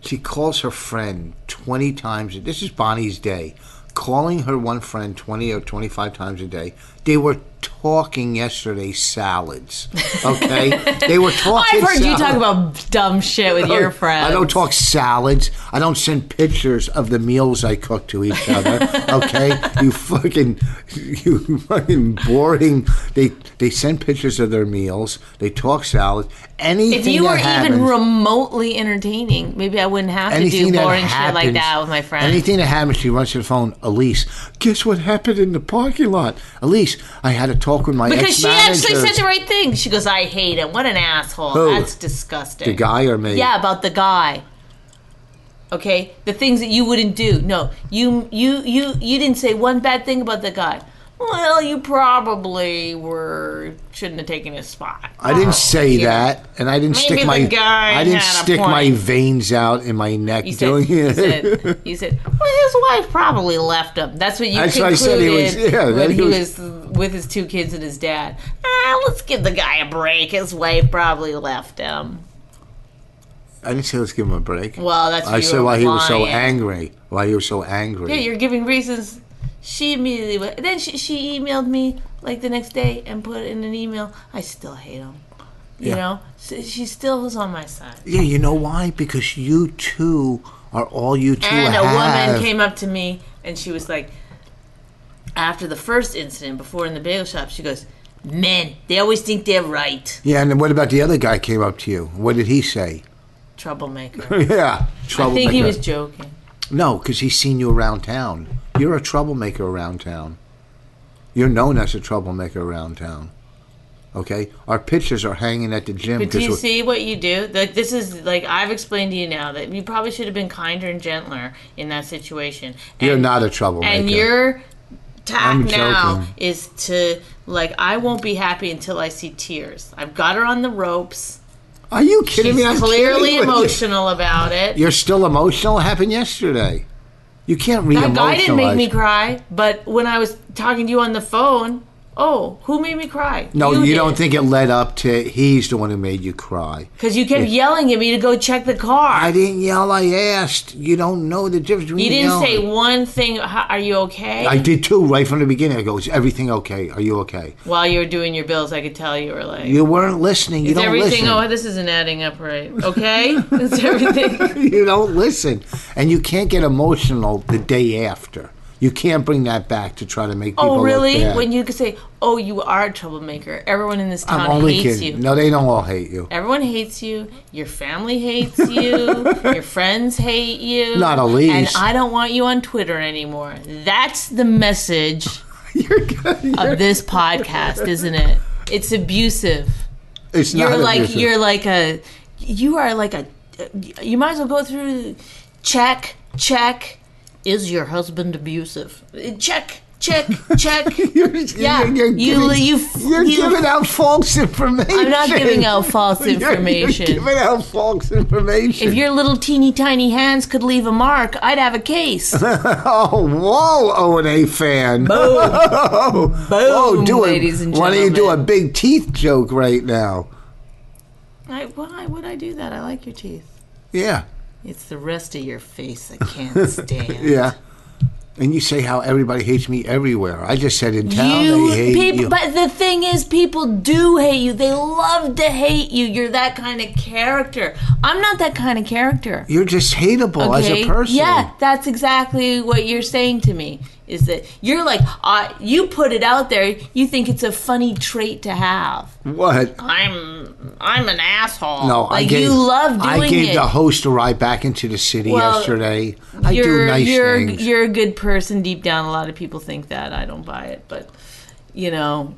C: She calls her friend 20 times. This is Bonnie's day. Calling her one friend 20 or 25 times a day. They were talking yesterday salads. Okay? they were talking
B: I've heard you talk
C: salads.
B: about dumb shit with your friends.
C: Oh, I don't talk salads. I don't send pictures of the meals I cook to each other. Okay, you fucking, you fucking boring. They they send pictures of their meals. They talk salads. Anything
B: If you
C: that
B: were
C: happens,
B: even remotely entertaining, maybe I wouldn't have to
C: anything
B: do
C: that
B: boring shit
C: happens,
B: like that with my friends.
C: Anything that happens, she runs to the phone. Elise, guess what happened in the parking lot? Elise, I had a talk with my
B: because she
C: ex-manager.
B: actually said the right thing. She goes, I hate him. What an asshole.
C: Who?
B: That's disgusting.
C: the guy or me?
B: Yeah, about the guy. Okay, the things that you wouldn't do. No, you you you you didn't say one bad thing about the guy. Well, you probably were shouldn't have taken his spot.
C: I didn't say
B: Yeah.
C: that, and I didn't
B: Maybe
C: stick
B: the
C: my
B: guy
C: I didn't
B: had a
C: stick my
B: point.
C: veins out in my neck
B: You said,
C: doing
B: you
C: it.
B: said, you said, well, his wife probably left him. That's what you
C: That's what I
B: concluded
C: said he was- yeah, that
B: when
C: he
B: he
C: was-
B: was, with his two kids and his dad. Ah, let's give the guy a break. His wife probably left him.
C: I didn't say let's give him a break.
B: Well, that's what
C: I
B: you
C: said
B: were
C: why he was so
B: implying.
C: angry. Why he was so angry.
B: Yeah, you're giving reasons. She immediately went. Then she, she emailed me like the next day and put in an email. I still hate him. You
C: Yeah.
B: know, so she still was on my side.
C: Yeah, you know why? Because you two are all you two
B: And
C: have.
B: a woman came up to me and she was like, after the first incident, before in the bagel shop, she goes, "Men, they always think they're right."
C: Yeah, and then what about the other guy came up to you? What did he say?
B: Troublemaker.
C: yeah,
B: I
C: troublemaker.
B: think he was joking.
C: No, because he's seen you around town. You're a troublemaker around town. You're known as a troublemaker around town. Okay, our pictures are hanging at the gym.
B: But do
C: 'cause
B: you
C: we're-
B: see what you do? Like this is like I've explained to you now that you probably should have been kinder and gentler in that situation. And
C: You're not a troublemaker.
B: and your tack
C: I'm
B: now
C: joking.
B: is to like I won't be happy until I see tears. I've got her on the ropes.
C: Are you kidding
B: She's
C: me? I'm
B: clearly
C: kidding with you.
B: emotional about it.
C: You're still emotional. It happened yesterday. You can't re
B: that guy didn't make me
C: emotionalize.
B: cry, but when I was talking to you on the phone, oh, who made me cry?
C: No, you,
B: did.
C: don't think it led up to he's the one who made you cry.
B: because you kept yelling at me to go check the car.
C: I didn't yell. I asked. You don't know the difference between
B: you didn't
C: yelling.
B: say one thing. "How- Are you okay?
C: I did too, right from the beginning. I go, "Is everything okay? Are you okay?"
B: While you were doing your bills, I could tell you were like,
C: You weren't listening. You
B: "Is
C: don't
B: everything?
C: listen.
B: Oh, this isn't adding up right. Okay, is everything?"
C: you don't listen, and you can't get emotional the day after. You can't bring that back to try to make people.
B: Oh, really?
C: Look bad.
B: When you could say, "Oh, you are a troublemaker," everyone in this town
C: I'm only
B: hates
C: kidding.
B: you.
C: No, they don't all hate you.
B: Everyone hates you. Your family hates you. your friends hate you.
C: Not at
B: And
C: least.
B: I don't want you on Twitter anymore. That's the message
C: You're good.
B: of this podcast, isn't it? It's abusive.
C: It's
B: You're
C: not
B: like
C: abusive.
B: you're like a you are like a you might as well go through check check is your husband abusive? Check check check.
C: You're,
B: Yeah,
C: you're, you're
B: you-
C: giving,
B: you-
C: are
B: you-
C: giving out false information.
B: I'm not giving out false
C: You're-
B: information.
C: You're, giving out false information.
B: If your little teeny tiny hands could leave a mark, I'd have a case.
C: oh, whoa, O and A fan. Boom,
B: Boom,
C: do
B: ladies
C: a,
B: and
C: Why don't you do a
B: gentlemen.
C: big teeth joke right now?
B: I, why would I do that? I like your teeth.
C: Yeah,
B: It's the rest of your face I can't stand.
C: yeah. And you say how everybody hates me everywhere. I just said in town
B: You
C: they hate
B: people,
C: you.
B: but the thing is, people do hate you. They love to hate you. You're that kind of character. I'm not that kind of character.
C: You're just hateable as a person.
B: Yeah, that's exactly what you're saying to me. Is that you're like I? You put it out there. You think it's a funny trait to have.
C: What?
B: I'm I'm an asshole.
C: Hmm. No,
B: like
C: I gave.
B: you love doing
C: I gave
B: it.
C: the host a ride back into the city
B: Well,
C: yesterday. I do
B: you're,
C: nice
B: you're,
C: things.
B: You're a good person deep down. A lot of people think that. I don't buy it, but you know,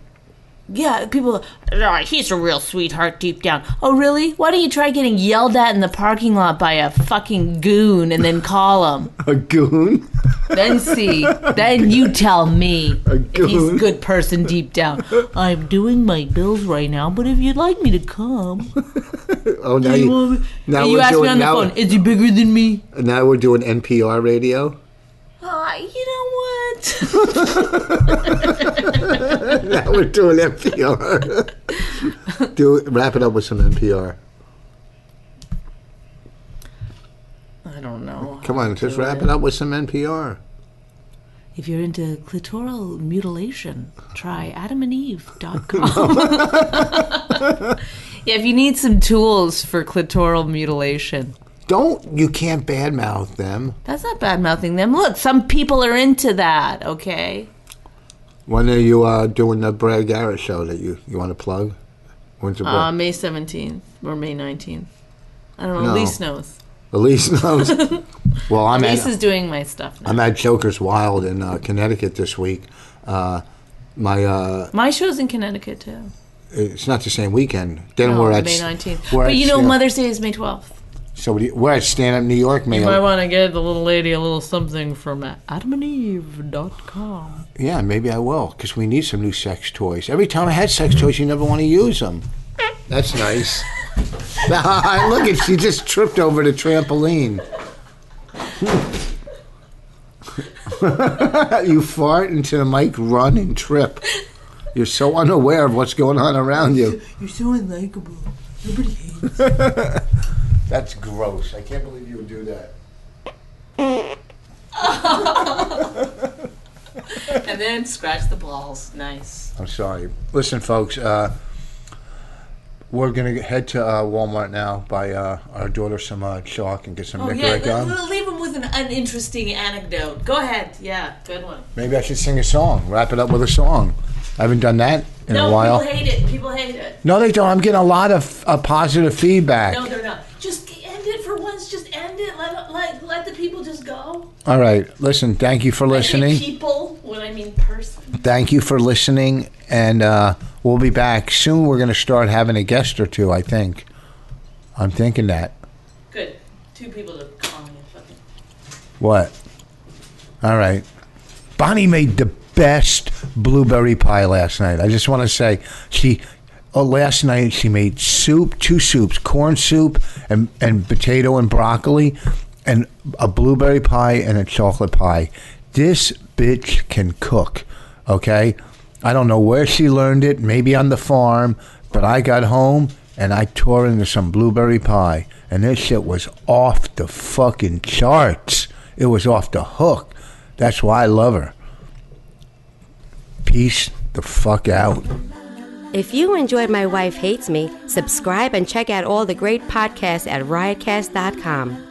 B: yeah, people. "Ah, he's a real sweetheart deep down. Oh, really? Why don't you try getting yelled at in the parking lot by a fucking goon and then call him?
C: a goon.
B: Then see. Then you tell me. If he's a
C: goon.
B: good person deep down. I'm doing my bills right now, but if you'd like me to come,
C: Oh, now
B: you,
C: you,
B: want me-
C: now
B: and you
C: we're
B: ask me
C: doing-
B: on the
C: now-
B: phone, is he bigger than me?
C: now we're doing NPR radio.
B: Uh, you know what?
C: Now we're doing NPR. Do wrap it up with some NPR.
D: I don't know.
C: Come on, just wrap it up with some NPR.
B: If you're into clitoral mutilation, try adamandeve.com. yeah, if you need some tools for clitoral mutilation,
C: Don't you can't badmouth them.
B: that's not bad mouthing them. Look, some people are into that, okay?
C: When are you uh, doing the Brad Garrett show that you, you want to plug? When's the
D: Uh,
C: um,
D: May 17th or May 19th. I don't know.
C: No.
D: Elise knows.
C: Elise knows. well, I'm
D: Elise
C: at,
D: is doing my stuff now.
C: I'm at Joker's Wild in uh, Connecticut this week. Uh, my uh,
D: My show's in Connecticut too.
C: it's not the same weekend. Then we're
D: Oh,
C: at
D: May
C: s-
D: 19th.
C: we're
D: But
C: at
D: you know,
C: stand-
D: Mother's Day is May 12th.
C: So we- we're at Stand Up New York, May.
D: You might want to give the little lady a little something from adamandeve.com.
C: Yeah, maybe I will, because we need some new sex toys. Every time I had sex toys, you never want to use them. That's nice. Look at she just tripped over the trampoline. you fart into the mic, run and trip. You're so unaware of what's going on around you.
B: You're so unlikable. Nobody hates you.
C: That's gross. I can't believe you would do that.
D: And then scratch the balls. Nice.
C: I'm sorry. Listen, folks, uh, we're going to head to uh, Walmart now, buy uh, our daughter some uh, chalk and get some oh,
D: Yeah, let- let- leave him with an uninteresting anecdote. Go ahead. Yeah, good one.
C: Maybe I should sing a song, wrap it up with a song. I haven't done that in
D: No,
C: a while.
D: people hate it. People hate it.
C: no, they don't. I'm getting a lot of uh, positive feedback.
D: No, they're not. Just end it for once. Just end it. Let let, let the people just go.
C: All right. Listen, thank you for
D: I say
C: listening.
D: people, when I mean person.
C: Thank you for listening. And uh, we'll be back soon. We're going to start having a guest or two, I think. I'm thinking that.
D: Good. Two people to call me a fucking.
C: What? All right. Bonnie made the best blueberry pie last night. I just want to say she oh, last night she made soup, two soups, corn soup and and potato and broccoli and a blueberry pie and a chocolate pie. This bitch can cook, okay? I don't know where she learned it, maybe on the farm, but I got home and I tore into some blueberry pie and this shit was off the fucking charts. It was off the hook. That's why I love her. Peace the fuck out.
G: If you enjoyed My Wife Hates Me, subscribe and check out all the great podcasts at riotcast.com.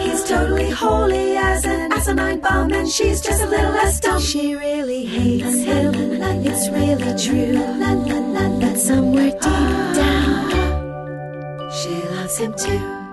A: He's totally holy as an asinine bomb, and she's just a little less dumb. She really hates him, it's really true. But somewhere deep down, she loves him too.